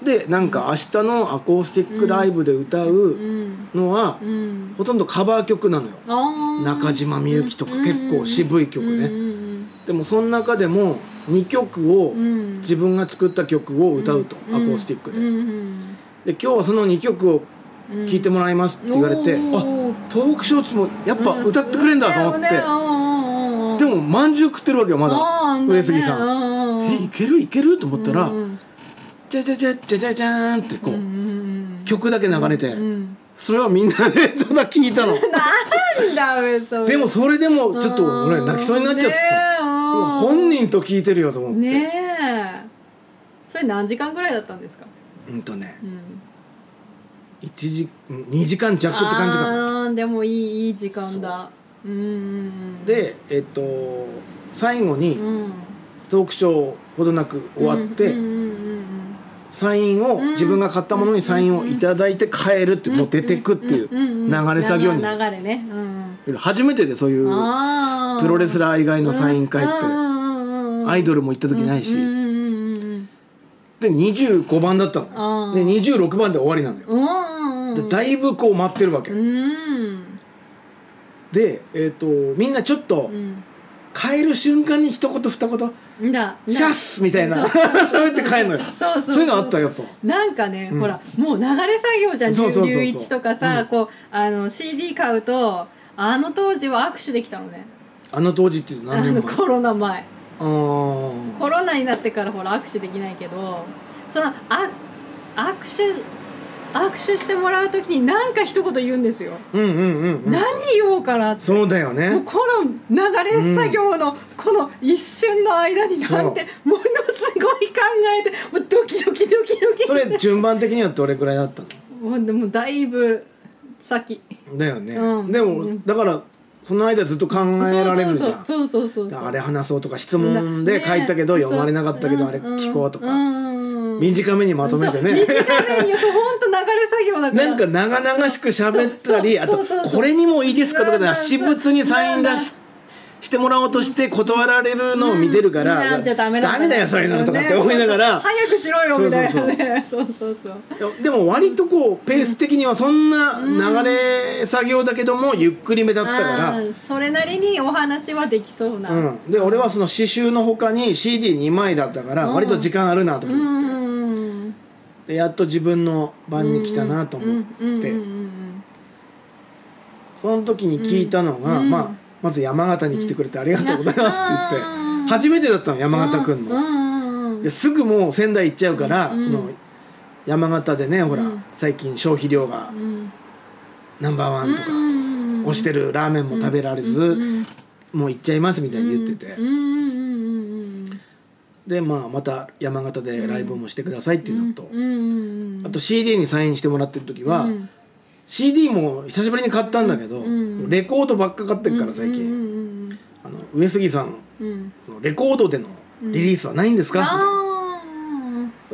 Speaker 2: でなんか明日のアコースティックライブで歌う
Speaker 3: うん
Speaker 2: のは、
Speaker 3: うん
Speaker 2: ほとんどカバー曲なのよ、
Speaker 3: あー
Speaker 2: 中島みゆきとか結構渋い曲ね
Speaker 3: うん
Speaker 2: でもその中でも2曲を
Speaker 3: うんうん
Speaker 2: 自分が作った曲を歌うと、
Speaker 3: ん
Speaker 2: アコースティックで,、
Speaker 3: うん
Speaker 2: で今日はその2曲を
Speaker 3: うん
Speaker 2: 聴いてもらいますって言われて、
Speaker 3: うん
Speaker 2: あ
Speaker 3: おー
Speaker 2: トークショーツもやっぱ歌ってくれんだと思って、
Speaker 3: うんうんうんうん
Speaker 2: でもまんじゅう食ってるわけよまだ、
Speaker 3: あー
Speaker 2: 上杉さん
Speaker 3: うんうん
Speaker 2: えいけるいけると思ったら、
Speaker 3: うんうん
Speaker 2: じゃじゃじゃじゃじゃじゃーんってこう、
Speaker 3: うんうん
Speaker 2: 曲だけ流れて、
Speaker 3: うん
Speaker 2: それはみんなでただ聴いたの
Speaker 3: なんだ上杉
Speaker 2: でもそれでもちょっと俺泣きそうになっちゃってさ、
Speaker 3: ねえ
Speaker 2: うわ本人と聴いてるよと思って、
Speaker 3: ねえそれ何時間ぐらいだったんですか、
Speaker 2: うんとね
Speaker 3: うん、
Speaker 2: 1時2時間弱って感じかな
Speaker 3: あーでもいいいい時間だうんうんうん
Speaker 2: でえっと最後
Speaker 3: う
Speaker 2: に
Speaker 3: ん
Speaker 2: トークショーほどなく終わって、
Speaker 3: うんうんうん
Speaker 2: サインを、
Speaker 3: うん
Speaker 2: 自分が買ったものにサインをいただいて帰るって、
Speaker 3: うん
Speaker 2: 持っててくっていうん
Speaker 3: んん
Speaker 2: 流れ作業に
Speaker 3: 流流れね、うん、
Speaker 2: 初めてでそういううんプロレスラー以外のサイン会って、アイドル
Speaker 3: ル
Speaker 2: も行った時ないし、
Speaker 3: うんうんうん
Speaker 2: で25番だった
Speaker 3: あ
Speaker 2: の
Speaker 3: ー
Speaker 2: で26番で終わりなのよ、
Speaker 3: うんうんうん
Speaker 2: でだいぶこう待ってるわけ、
Speaker 3: うん
Speaker 2: で、えっとみんなちょっと
Speaker 3: うん
Speaker 2: 帰る瞬間に一言二言
Speaker 3: んだ
Speaker 2: 「シャッ
Speaker 3: ス
Speaker 2: ス!」みたいな喋って帰るのよ
Speaker 3: そうそう
Speaker 2: そういうのあった
Speaker 3: よ
Speaker 2: やっぱ
Speaker 3: なんかね、
Speaker 2: うん
Speaker 3: ほらもう流れ作業じゃん
Speaker 2: そうそうそうそう
Speaker 3: 龍一とかさ、
Speaker 2: うん
Speaker 3: こうあの CD 買うとあの当時は握手できたのね
Speaker 2: あの当時っていうの
Speaker 3: あ
Speaker 2: 何
Speaker 3: の
Speaker 2: 年前
Speaker 3: コロナ前
Speaker 2: あー
Speaker 3: コロナになってからほら握手できないけどそのあ握手握手してもらう時に何か一言言うんですよ、
Speaker 2: うんうんうんうん
Speaker 3: 何言おうかなって
Speaker 2: そうだよ
Speaker 3: もう
Speaker 2: ね
Speaker 3: この流れ作業のこの一瞬の間になんてものすごい考えてもうドキドキドキドキ
Speaker 2: それ順番的にはどれくらいだった
Speaker 3: もうでもだいぶ先
Speaker 2: のだよね、
Speaker 3: うん
Speaker 2: で
Speaker 3: う
Speaker 2: も
Speaker 3: ん
Speaker 2: だからその間ずっと考えられるじゃん
Speaker 3: そうそうそうそうそうそう
Speaker 2: あれ話そうとか質問で書いたけど
Speaker 3: ね
Speaker 2: 読まれなかったけ
Speaker 3: う
Speaker 2: ど
Speaker 3: ん
Speaker 2: あれ聞こうとか、
Speaker 3: んうんうん
Speaker 2: 短めにまとめてね
Speaker 3: そう短めにそう本当流れ作業だから
Speaker 2: なんか長々しく喋ったりあと
Speaker 3: そうそうそう
Speaker 2: これにもいいですかとか
Speaker 3: そう
Speaker 2: ね
Speaker 3: そうそ
Speaker 2: 私
Speaker 3: う
Speaker 2: 物にサイン出ししてもらおうとして断られるのを見てるから、
Speaker 3: うんじゃあダメだ
Speaker 2: ダメだよそういうのとかって思いながら、
Speaker 3: 早くしろよみたいなねそうそうそう
Speaker 2: でも割とこうペース的にはそんな流れ作業だけどもゆっくりめだった
Speaker 3: あ
Speaker 2: か
Speaker 3: ーそれなりにお話はできそうな
Speaker 2: ら、うん、で俺はその刺繍の他に CD2 枚だったから割と時間あるなと
Speaker 3: う
Speaker 2: 思っ
Speaker 3: んう
Speaker 2: て、
Speaker 3: んうん
Speaker 2: でやっと自分の番に来たなと思って、
Speaker 3: うんうんうんうん
Speaker 2: その時に聞いたのが、
Speaker 3: うん
Speaker 2: まあ、まず山形に来てくれてありがとうございますって言って、
Speaker 3: うん
Speaker 2: 初めてだったの山形くんの。
Speaker 3: うんうんうん
Speaker 2: ですぐもう仙台行っちゃうから、
Speaker 3: うん
Speaker 2: もう山形でねほら、
Speaker 3: うん
Speaker 2: 最近消費量が
Speaker 3: うん
Speaker 2: ナンバーワンとか、
Speaker 3: うん
Speaker 2: 押してるラーメンも食べられず、
Speaker 3: うん
Speaker 2: もう行っちゃいますみたいに言ってて、
Speaker 3: うんうんうんうん
Speaker 2: で、まあ、また山形でライブもしてくださいっていうのと、
Speaker 3: うんうんうん
Speaker 2: あと CD にサインしてもらってる時は、
Speaker 3: うん
Speaker 2: CD も久しぶりに買ったんだけど、
Speaker 3: うん
Speaker 2: レコードばっか買ってるから最近、
Speaker 3: うん
Speaker 2: あの上杉さん
Speaker 3: うんうんうん
Speaker 2: そのレコードでのリリースはないんですか、みたいな
Speaker 3: あ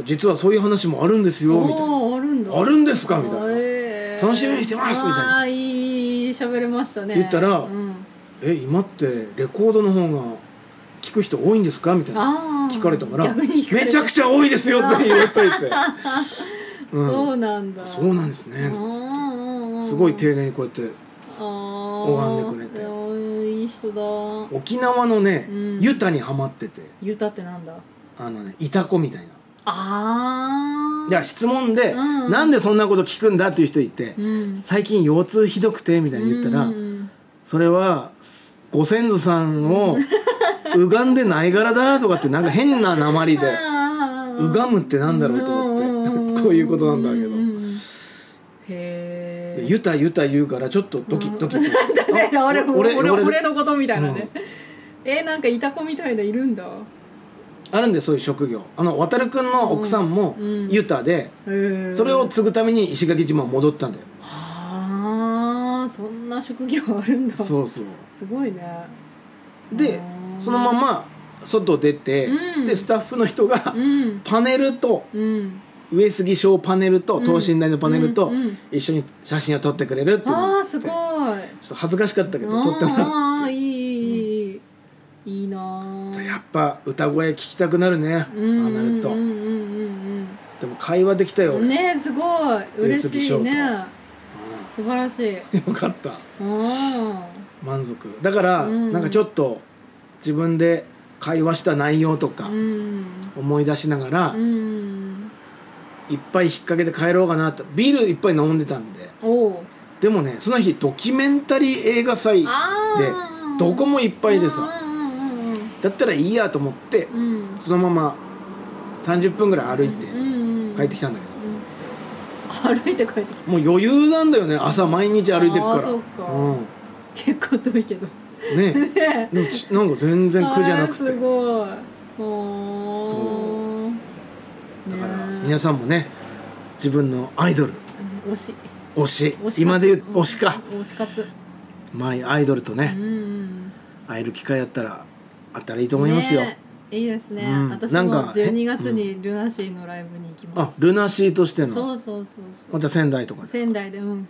Speaker 3: ー
Speaker 2: 実はそういう話もあるんですよみたいな
Speaker 3: おーあるんだ
Speaker 2: あるんですかみたいな
Speaker 3: へー
Speaker 2: 楽しみにしてますみたいな
Speaker 3: あーいいいい喋れましたね
Speaker 2: 言ったら
Speaker 3: うん、
Speaker 2: え今ってレコードの方が聞く人多いんですかみたいな
Speaker 3: あー
Speaker 2: 聞かれたから
Speaker 3: 逆に
Speaker 2: め
Speaker 3: 聞かれた
Speaker 2: ちゃくちゃ多いですよ って言っといて、うん、
Speaker 3: そうなんだ
Speaker 2: そうなんですね
Speaker 3: ね
Speaker 2: すごい丁寧にこうやって拝
Speaker 3: 拝
Speaker 2: んでくれて
Speaker 3: いい人だ
Speaker 2: 沖縄のね、
Speaker 3: うん
Speaker 2: ユタにはまってて
Speaker 3: ユタってなんだ
Speaker 2: あのねいた子みたいな
Speaker 3: ああ
Speaker 2: だから質問で、
Speaker 3: うん
Speaker 2: なんでそんなこと聞くんだっていう人いて、
Speaker 3: うん
Speaker 2: 最近腰痛ひどくてみたいに言ったら、
Speaker 3: うん
Speaker 2: それはご先祖さんを拝んでない柄だとかってなんか変な鉛で
Speaker 3: 拝
Speaker 2: 拝むってなんだろうと思って こういうことなんだけど。
Speaker 3: へ
Speaker 2: で
Speaker 3: え
Speaker 2: ゆたゆた言うからちょっとドキドキするあ
Speaker 3: 俺俺俺
Speaker 2: 俺
Speaker 3: 俺のことみたいなね、えなんかいた子みたいないるんだへ
Speaker 2: あるんでそういう職業あの渡るくんの奥さんも
Speaker 3: うん
Speaker 2: ユタで、
Speaker 3: え
Speaker 2: それを継ぐために石垣島戻ったんだよ、
Speaker 3: はあそんな職業あるんだ
Speaker 2: そうそう
Speaker 3: すごいね
Speaker 2: で
Speaker 3: うん
Speaker 2: そのまま外出て、
Speaker 3: うん
Speaker 2: でスタッフの人が
Speaker 3: うん
Speaker 2: パネルと
Speaker 3: うん
Speaker 2: 上杉賞パネルと
Speaker 3: うん
Speaker 2: 等身大のパネルと
Speaker 3: うんうん
Speaker 2: 一緒に写真を撮ってくれるっていうの
Speaker 3: あ
Speaker 2: が
Speaker 3: あすご
Speaker 2: ち
Speaker 3: い
Speaker 2: ょっと恥ずかしかったけど撮ってもらっ
Speaker 3: ああいいいいいいいいなあ
Speaker 2: てやっぱ歌声聞きたくなるね、
Speaker 3: うん
Speaker 2: ああなると
Speaker 3: うんうんうん
Speaker 2: でも会話できたよ
Speaker 3: う
Speaker 2: 俺、
Speaker 3: んねえすごい嬉しい
Speaker 2: 上
Speaker 3: ね素晴らし
Speaker 2: う
Speaker 3: い
Speaker 2: ん よかった
Speaker 3: あ
Speaker 2: 満足だから、
Speaker 3: うん
Speaker 2: なんかちょっと自分で会話した内容と
Speaker 3: あ
Speaker 2: か
Speaker 3: うん
Speaker 2: 思い出しながら、
Speaker 3: うん
Speaker 2: いっぱい引っ掛けて帰ろうかなとビールいっぱい飲んでたんで
Speaker 3: おう
Speaker 2: でもねその日ドキュメンタリー映画祭
Speaker 3: あ
Speaker 2: で
Speaker 3: ー
Speaker 2: どこもいっぱいでさ
Speaker 3: うんうんうん
Speaker 2: だったらいいやと思って
Speaker 3: うんうん
Speaker 2: そのまま30分ぐらい歩いて
Speaker 3: うんうん
Speaker 2: 帰ってきたんだけど
Speaker 3: うん歩いて帰ってきた
Speaker 2: もう余裕なんだよね朝毎日歩いてくから
Speaker 3: あーそっか
Speaker 2: うん
Speaker 3: 結構遠いけど
Speaker 2: ね
Speaker 3: ね
Speaker 2: でも ちなんか全然苦じゃなく
Speaker 3: あーす
Speaker 2: て
Speaker 3: ごいお
Speaker 2: そ
Speaker 3: そう
Speaker 2: だから
Speaker 3: ね
Speaker 2: 皆さんもね自分のアイドル
Speaker 3: え推し
Speaker 2: 推し
Speaker 3: 推し活
Speaker 2: 今で言う推しか
Speaker 3: うん推し活
Speaker 2: マイアイドルとね、
Speaker 3: うん
Speaker 2: 会える機会やったらあったらいいと思いますよ、
Speaker 3: ねえいいですね、
Speaker 2: うん
Speaker 3: 私
Speaker 2: なん
Speaker 3: も
Speaker 2: か
Speaker 3: 12月にルナシーのライブに行きま
Speaker 2: あ
Speaker 3: す、
Speaker 2: ルナシーとして
Speaker 3: そ
Speaker 2: の
Speaker 3: うそうそうそ
Speaker 2: ま
Speaker 3: う
Speaker 2: た仙台とか
Speaker 3: 仙台でうん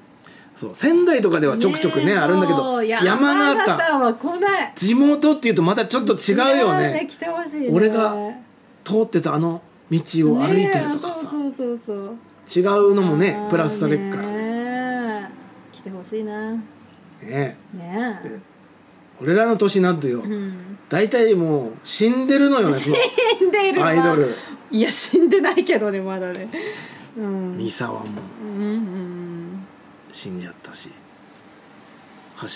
Speaker 2: そう仙台とかではちょくちょくね
Speaker 3: え
Speaker 2: あるんだけ
Speaker 3: そ
Speaker 2: ど
Speaker 3: う
Speaker 2: 山
Speaker 3: 山
Speaker 2: 形
Speaker 3: 形は来ない
Speaker 2: 地元っていうとまたちょっと違うよね
Speaker 3: 来てほしい、ね、
Speaker 2: 俺が通ってたあの道を歩いてるとか
Speaker 3: ねえ
Speaker 2: さ、
Speaker 3: そうそうそうそ
Speaker 2: 違
Speaker 3: う
Speaker 2: うのもねプラスされるからね
Speaker 3: ねえ来てほしいなね
Speaker 2: ね
Speaker 3: え
Speaker 2: で俺らの年なんてよ
Speaker 3: うん
Speaker 2: 大体もう死んでるのよねその
Speaker 3: 死んでいるな
Speaker 2: アイドル
Speaker 3: いや死んでないけどねまだねうん
Speaker 2: 三沢も
Speaker 3: うんうん
Speaker 2: 死んじゃったし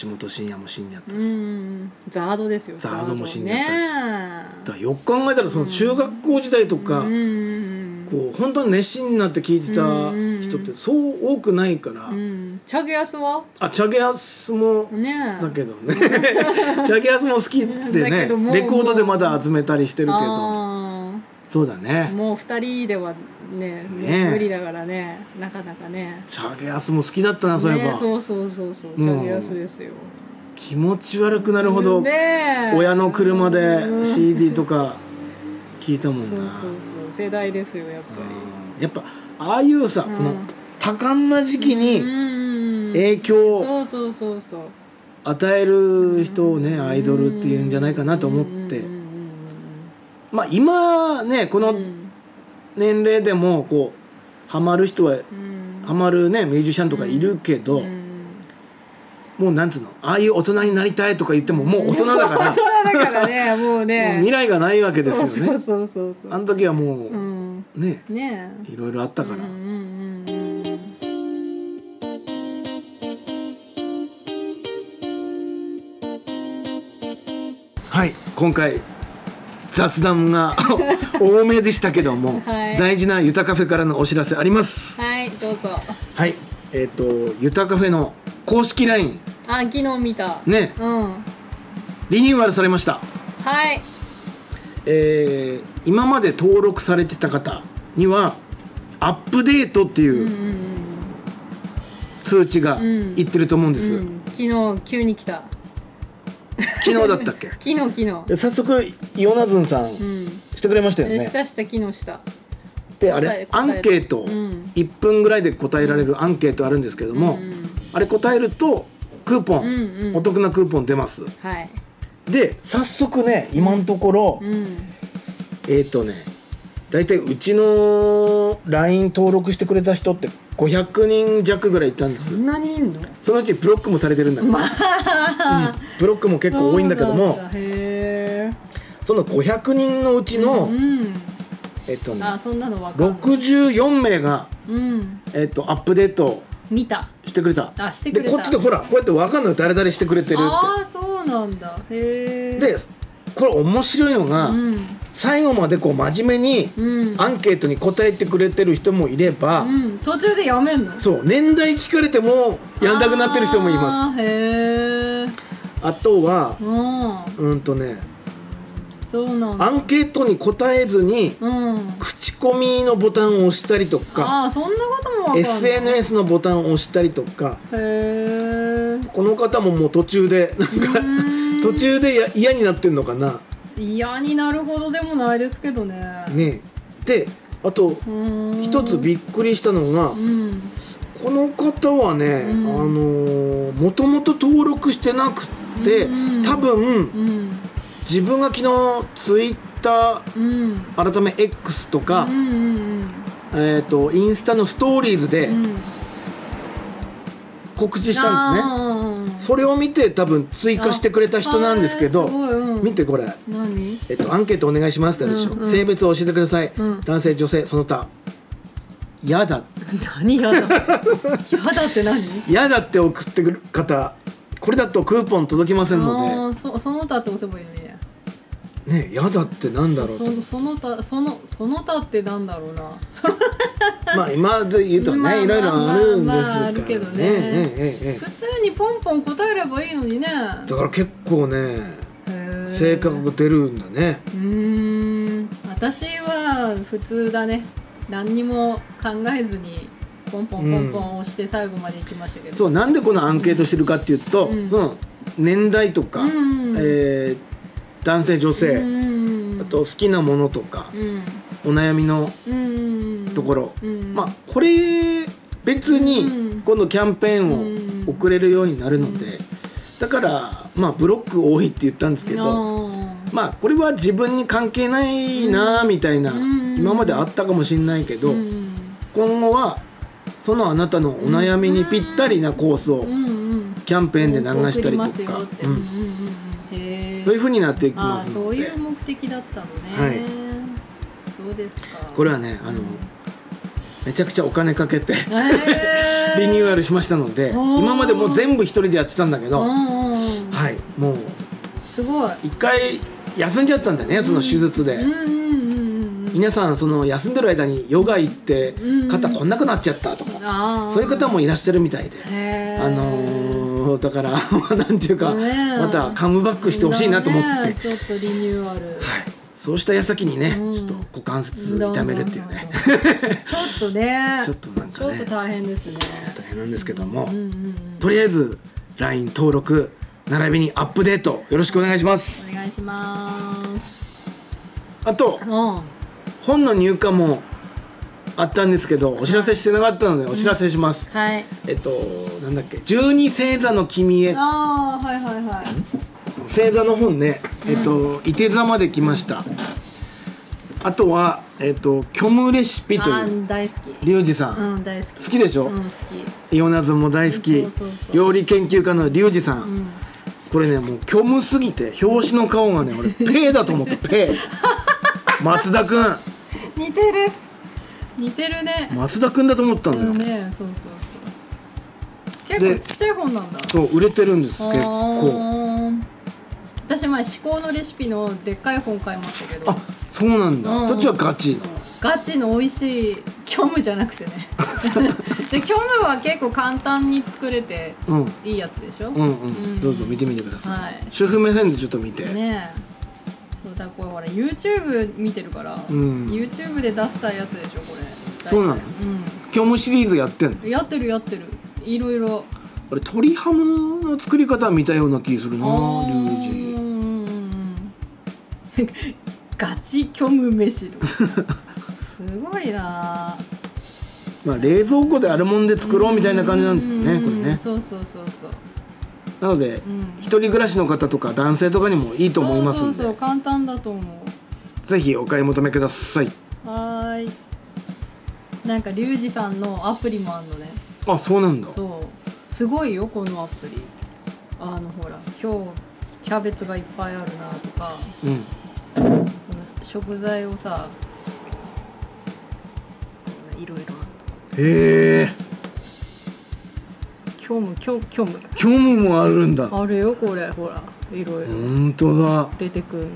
Speaker 2: 橋本真也も死んじゃった
Speaker 3: う
Speaker 2: し、
Speaker 3: んうんザードですよ
Speaker 2: ザードも死んじゃったし
Speaker 3: った
Speaker 2: だからよく考えたらその中学校時代とか、
Speaker 3: うんうんうん
Speaker 2: こう本当に熱心になって聞いてた人ってそう多くないから、
Speaker 3: うんチャゲアスは
Speaker 2: あチャゲアスも
Speaker 3: ねえ
Speaker 2: だけどね チャゲアスも好きで
Speaker 3: だ
Speaker 2: ね
Speaker 3: けどもう
Speaker 2: レコードでまだ集めたりしてるけど
Speaker 3: あ
Speaker 2: そうだ
Speaker 3: ー
Speaker 2: ね
Speaker 3: もう二人ではね
Speaker 2: ねえ
Speaker 3: 無理だからねなかなかね
Speaker 2: チャゲアスも好きだったなそういえば、
Speaker 3: ねそうそうそうそうチ
Speaker 2: もう
Speaker 3: ャゲアスですよ
Speaker 2: 気持ち悪くなるほど
Speaker 3: ねえ
Speaker 2: 親の車
Speaker 3: う
Speaker 2: で
Speaker 3: ん
Speaker 2: CD とか聞いたもん
Speaker 3: そうそう
Speaker 2: な
Speaker 3: そう世代ですよやっぱ
Speaker 2: うんやっぱああいうさ、
Speaker 3: うん
Speaker 2: この多感な時期
Speaker 3: り
Speaker 2: に
Speaker 3: うん
Speaker 2: 影響を
Speaker 3: そうそうそうそう
Speaker 2: 与える人をねアイドルっていうんじゃないかなと思って
Speaker 3: うんうんうん
Speaker 2: まあ今ねこ
Speaker 3: うんう
Speaker 2: の
Speaker 3: ん
Speaker 2: 年齢でもこうハマる人は
Speaker 3: うん
Speaker 2: ハマるねミュージシャンとかいるけど、
Speaker 3: うん
Speaker 2: もうなんつうのああいう大人になりたいとか言ってももう大人だから、も
Speaker 3: 大人だからねもう
Speaker 2: う
Speaker 3: ね
Speaker 2: 未来がないわけですよね
Speaker 3: そうそうそうそう
Speaker 2: あの時はもう、
Speaker 3: うん
Speaker 2: ね
Speaker 3: ねえ
Speaker 2: いろいろあったから、
Speaker 3: うんうんうんうん
Speaker 2: はい今回雑談 が多めでしたけども、
Speaker 3: はい
Speaker 2: 大事な「ゆたカフェ」からのお知らせあります
Speaker 3: はいどうぞ
Speaker 2: はいえっ、と「ゆたカフェ」の公式 LINE
Speaker 3: あ昨日見た
Speaker 2: ね
Speaker 3: うん
Speaker 2: リニューアルされました
Speaker 3: はい
Speaker 2: えー今まで登録されてた方にはアップデートってい
Speaker 3: うん
Speaker 2: う通知が
Speaker 3: ん
Speaker 2: いってると思うんで
Speaker 3: うん
Speaker 2: す、
Speaker 3: うんうん昨日急に来た
Speaker 2: 昨日だったっ け
Speaker 3: 昨日昨日
Speaker 2: で早速イオナズンさん
Speaker 3: うん
Speaker 2: してくれましたよね
Speaker 3: したした昨日した
Speaker 2: であ
Speaker 3: 答え
Speaker 2: れア
Speaker 3: 答え
Speaker 2: ンケート
Speaker 3: うん
Speaker 2: 1分ぐらいで答えられるアンケートあるんですけども、
Speaker 3: うん
Speaker 2: あれ答えるとクーポン、
Speaker 3: うんうん
Speaker 2: お得なクーポン出ます
Speaker 3: はい
Speaker 2: で早速ね今のところ、
Speaker 3: うん
Speaker 2: えっ、とね大体うちの LINE 登録してくれた人って500人弱ぐらいいたんです
Speaker 3: そんなにいんの
Speaker 2: そのうちブロックもされてるんだけど、うんブロックも結構多いんだけど
Speaker 3: そうな
Speaker 2: も
Speaker 3: んだへえ
Speaker 2: その500人のうちの、
Speaker 3: うん
Speaker 2: えっとね
Speaker 3: あそんなのわかる
Speaker 2: 64名が、
Speaker 3: うん
Speaker 2: えっと、アップデート
Speaker 3: 見た
Speaker 2: してくれた
Speaker 3: あしてくれ
Speaker 2: で
Speaker 3: た
Speaker 2: こっちでほらこうやって分かんのよ誰々してくれてるっ
Speaker 3: ああそうなんだへ
Speaker 2: て
Speaker 3: え
Speaker 2: でこれ面白いのが、
Speaker 3: うん
Speaker 2: 最後までこう真面目に
Speaker 3: うん
Speaker 2: アンケートに答えてくれてる人もいれば、
Speaker 3: うん途中でやめんの
Speaker 2: そう年代聞かれてもやんなくなってる人もいます
Speaker 3: すへえ
Speaker 2: あとは
Speaker 3: うん
Speaker 2: うんとね
Speaker 3: そうなん
Speaker 2: ア
Speaker 3: だ
Speaker 2: ンケートに答えずに
Speaker 3: うん
Speaker 2: 口コミのボタンを押したりとか
Speaker 3: ああそんなこともわかんない
Speaker 2: SNS のボタンを押したりとか
Speaker 3: へえ
Speaker 2: この方ももう途中でなんか途中でや嫌になってんのかな
Speaker 3: 嫌になるほどでもないですけどね
Speaker 2: ねであと
Speaker 3: うーん
Speaker 2: 一つびっくりしたのが
Speaker 3: うん
Speaker 2: この方はね、
Speaker 3: うん
Speaker 2: あのー、もともと登録してなくて、
Speaker 3: うん
Speaker 2: 多分
Speaker 3: うん
Speaker 2: 自分が昨日ツイッター
Speaker 3: うん
Speaker 2: 改め X とか
Speaker 3: うん、うん
Speaker 2: えー、とインスタのストーリーズで
Speaker 3: うんうん
Speaker 2: 告知したんですね、
Speaker 3: んです
Speaker 2: それを見て多分追加してくれた人なんですけど、
Speaker 3: うん、
Speaker 2: 見てこれ、
Speaker 3: 何
Speaker 2: えっと、アンケートお願いしますってあるでしょ、
Speaker 3: うんうん
Speaker 2: 性別を教えてください、
Speaker 3: うん
Speaker 2: 男性女性その他嫌だ
Speaker 3: 何 やだやだって何
Speaker 2: 嫌だって送ってくる方これだとクーポン届きません
Speaker 3: あ
Speaker 2: の
Speaker 3: あそその他って押せばいいのにね
Speaker 2: でね嫌だってなんだろうと
Speaker 3: そのその他そのその他ってなんだろうな
Speaker 2: まあ今で言うとね、
Speaker 3: まあ
Speaker 2: いろいろあるんですからね,、
Speaker 3: まあまああるけどね
Speaker 2: えええええ
Speaker 3: 普通にポンポン答えればいいのにね
Speaker 2: えだから結構ね
Speaker 3: へえ
Speaker 2: 性格が出るんだね
Speaker 3: うーん私は普通だね何にも考えずにポンポンポンポン押して最後まで行きましたけど、
Speaker 2: そうなんでこのアンケートしてるかっていうと、
Speaker 3: うん
Speaker 2: その年代とか、
Speaker 3: うん
Speaker 2: えー男性女性、
Speaker 3: うん
Speaker 2: あと好きなものとか
Speaker 3: う、
Speaker 2: お
Speaker 3: ん
Speaker 2: 悩みの
Speaker 3: うん
Speaker 2: ところ、
Speaker 3: うん
Speaker 2: まあこれ別
Speaker 3: うん
Speaker 2: に今度キャンペーン
Speaker 3: うん
Speaker 2: を送れるようになるので、だからまあブロック多いって言ったんですけど、
Speaker 3: あ
Speaker 2: まあこれは自分に関係ないなあみたいな、
Speaker 3: うん
Speaker 2: 今まであったかもしれないけ
Speaker 3: ー
Speaker 2: ど、
Speaker 3: うん
Speaker 2: 今後はそのあなたのお悩みにぴったりなコースを
Speaker 3: うんうん
Speaker 2: キャンペーンで流したり
Speaker 3: 送ます
Speaker 2: とか
Speaker 3: よって、
Speaker 2: う
Speaker 3: うん
Speaker 2: ん
Speaker 3: うんうんうんへえ
Speaker 2: そういうふうになっていき
Speaker 3: あ
Speaker 2: ま
Speaker 3: あ
Speaker 2: す
Speaker 3: そ
Speaker 2: の
Speaker 3: うい
Speaker 2: で
Speaker 3: う目的だったのね、
Speaker 2: はい
Speaker 3: そうですか
Speaker 2: これはねあのめちゃくちゃお金か けて
Speaker 3: へえ
Speaker 2: リニューアルしましたので
Speaker 3: おー
Speaker 2: 今までもう全部一人でやってたんだけ
Speaker 3: う
Speaker 2: ど
Speaker 3: んうんうん
Speaker 2: はいもう
Speaker 3: すごい
Speaker 2: 一回休んじゃったんだよねその手術で。
Speaker 3: うんうんうんうんうん
Speaker 2: 皆さんその休んでる間にヨガ行って
Speaker 3: うん
Speaker 2: 肩こんなくなっちゃったとか
Speaker 3: あー
Speaker 2: そういう方もいらっしゃるみたいで、
Speaker 3: へー
Speaker 2: あのーだから なんていうか、
Speaker 3: ねえ
Speaker 2: またカムバックしてほしいなと思って、
Speaker 3: ねちょっとリニューアル
Speaker 2: はい、そうした矢先にね、
Speaker 3: うん
Speaker 2: ちょっと股関節痛めるっていうね
Speaker 3: ちょっとね
Speaker 2: ちょっとなん
Speaker 3: ち
Speaker 2: か
Speaker 3: ょっ
Speaker 2: ね
Speaker 3: と大変ですね
Speaker 2: 大変なんですけども、
Speaker 3: うんうんうん
Speaker 2: とりあえず LINE 登録並びにアップデートよろしくお願いします
Speaker 3: お願いします
Speaker 2: あと
Speaker 3: うん
Speaker 2: 本の入荷もあったんですけどお知らせしてなかったのでお知らせします、
Speaker 3: はい
Speaker 2: えっとなんだっけ「十二星座の君へ」
Speaker 3: ああはいはいはい
Speaker 2: 星座の本ねえっといて座まで来ましたあとはえっと「虚無レシピ」と
Speaker 3: あ
Speaker 2: いう
Speaker 3: ー大好き
Speaker 2: リュウジさん、
Speaker 3: うん大好き
Speaker 2: 好きでしょ、
Speaker 3: うん好
Speaker 2: イオナズも大好き
Speaker 3: そうそうそう
Speaker 2: 料理研究家のリュウジさん、
Speaker 3: きうん
Speaker 2: これねもう虚無すぎて表紙の顔がね俺ペーだと思って ペー松田君
Speaker 3: 似てる似てるね
Speaker 2: 松田君だと思ったの
Speaker 3: う
Speaker 2: よ、
Speaker 3: んねそうそうそう結
Speaker 2: で
Speaker 3: 構ちっちゃい本なんだ
Speaker 2: そう売れてるんです結構
Speaker 3: あー私前至高のレシピのでっかい本買いましたけど
Speaker 2: あそうなんだ、
Speaker 3: うん
Speaker 2: そっちはガチ
Speaker 3: ガチの美味しい虚無じゃなく てねで虚無は結構簡単に作れて
Speaker 2: なうん
Speaker 3: いいやつでしょ、
Speaker 2: うんうん、
Speaker 3: うん
Speaker 2: どうぞ見てみてください、
Speaker 3: はい
Speaker 2: 主婦目線でちょっと見て、
Speaker 3: ねえそうだこれほら YouTube 見てるから、
Speaker 2: うん
Speaker 3: YouTube で出したやつでしょこれ
Speaker 2: そうなの
Speaker 3: う
Speaker 2: 虚無シリーズやってんの
Speaker 3: んやってるやってるいろいろ
Speaker 2: 俺鶏ハムの作り方見たような気するなリュウ
Speaker 3: う
Speaker 2: ジ
Speaker 3: んうんうんうんガチ虚無飯とかすごいなあ
Speaker 2: まあ冷蔵庫であるもんで作ろうみたいな感じなんですねこれね
Speaker 3: そうそうそうそう
Speaker 2: なので
Speaker 3: うん
Speaker 2: 一人暮らしの方とか男性とかにもいいと思います
Speaker 3: そ
Speaker 2: ん
Speaker 3: うそうそう
Speaker 2: で
Speaker 3: 簡単だと思う
Speaker 2: ぜひお買い求めください
Speaker 3: はーいなんかリュウジさんのアプリもあんのね
Speaker 2: あそうなんだ
Speaker 3: そうすごいよこのアプリあのほら今日キャベツがいっぱいあるなとか
Speaker 2: うん
Speaker 3: この食材をさいろいろあっ
Speaker 2: へえ
Speaker 3: た虚無虚虚無
Speaker 2: 興味もあるんだ
Speaker 3: あるよこれほらいろいろ
Speaker 2: 本当だ
Speaker 3: 出てくるの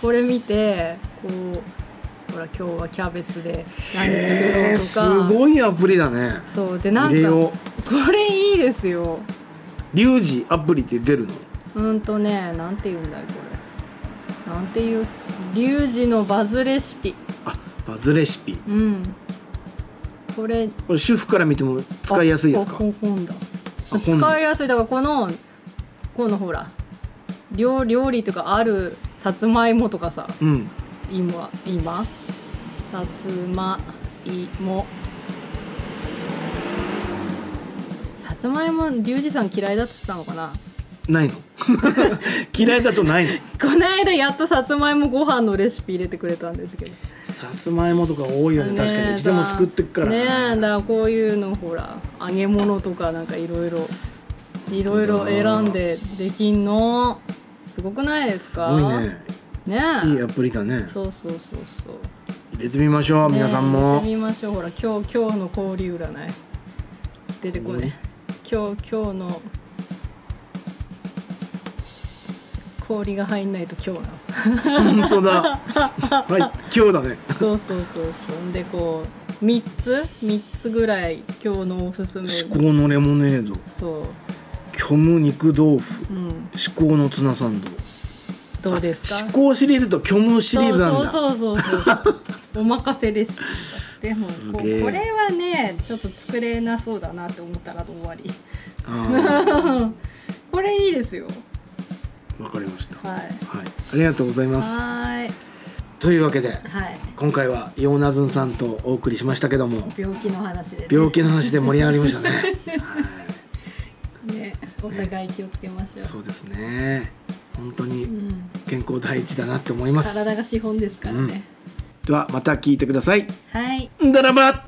Speaker 3: これ見てこうほら今日はキャベツで
Speaker 2: へ
Speaker 3: 何
Speaker 2: え
Speaker 3: 作
Speaker 2: す
Speaker 3: ろうとか
Speaker 2: ごいアプリだね
Speaker 3: そうでなん
Speaker 2: 入れ
Speaker 3: か
Speaker 2: よう
Speaker 3: これいいですよ
Speaker 2: リュウジアプリって出るの
Speaker 3: うんとねなんて言うんだいこれなんていうリュウジのバズレシピ
Speaker 2: あバズレシピ
Speaker 3: うんこれ
Speaker 2: これ主婦から見ても使いやすいです
Speaker 3: あ
Speaker 2: か
Speaker 3: こ本だ
Speaker 2: あ本だ
Speaker 3: 使いやすいだからこのこのほら料料理とかあるさつまいもとかさ
Speaker 2: うん
Speaker 3: 今今さつまいもさつまいもリュウジさん嫌いだっつってたのかな
Speaker 2: ないの 嫌いだとないの
Speaker 3: この間やっとさつまいもご飯のレシピ入れてくれたんですけど
Speaker 2: さつまいもとか多いよね確かにうちでも作ってっから
Speaker 3: ねえだからこういうのほら揚げ物とかなんかいろいろいろいろ選んでできんのすごくないです
Speaker 2: す
Speaker 3: か
Speaker 2: ごいね
Speaker 3: ねえ
Speaker 2: いいアプリだね
Speaker 3: そうそうそうそう
Speaker 2: 入れてみましょう
Speaker 3: ねえ
Speaker 2: 皆さん
Speaker 3: やっ
Speaker 2: も
Speaker 3: てみましょうほら今日今日の氷占い出てこね今日今日の氷が入んないと今 日なの
Speaker 2: 本当だはい今日だね
Speaker 3: そうそうそうそうでこう3つ3つぐらい今日のおすすめ
Speaker 2: 至高のレモネード
Speaker 3: そ
Speaker 2: 虚無肉豆腐
Speaker 3: ううん
Speaker 2: 至高のツナサンド
Speaker 3: どうですか
Speaker 2: 至高シリーズと虚無シリーズなんだ
Speaker 3: そうそうそうそうお任せレシピでも
Speaker 2: す
Speaker 3: こうこ
Speaker 2: げえ
Speaker 3: れはねちょっと作れなそうだなって思ったら終わり
Speaker 2: あ
Speaker 3: これいいですよ
Speaker 2: ーわかりましたはい
Speaker 3: はい
Speaker 2: ありがとうございます
Speaker 3: はーい
Speaker 2: というわけで
Speaker 3: はい
Speaker 2: 今回はイオナズンさんとお送りしましたけども
Speaker 3: 病気の話でね
Speaker 2: 病気の話で盛り上がりましたね はい
Speaker 3: ねお互い気をつけましょう
Speaker 2: そうですね本当
Speaker 3: う
Speaker 2: に
Speaker 3: ん
Speaker 2: 健康第一だなって思います
Speaker 3: 体が資本ですからね、
Speaker 2: ではまた聞いてください
Speaker 3: はい
Speaker 2: んだらば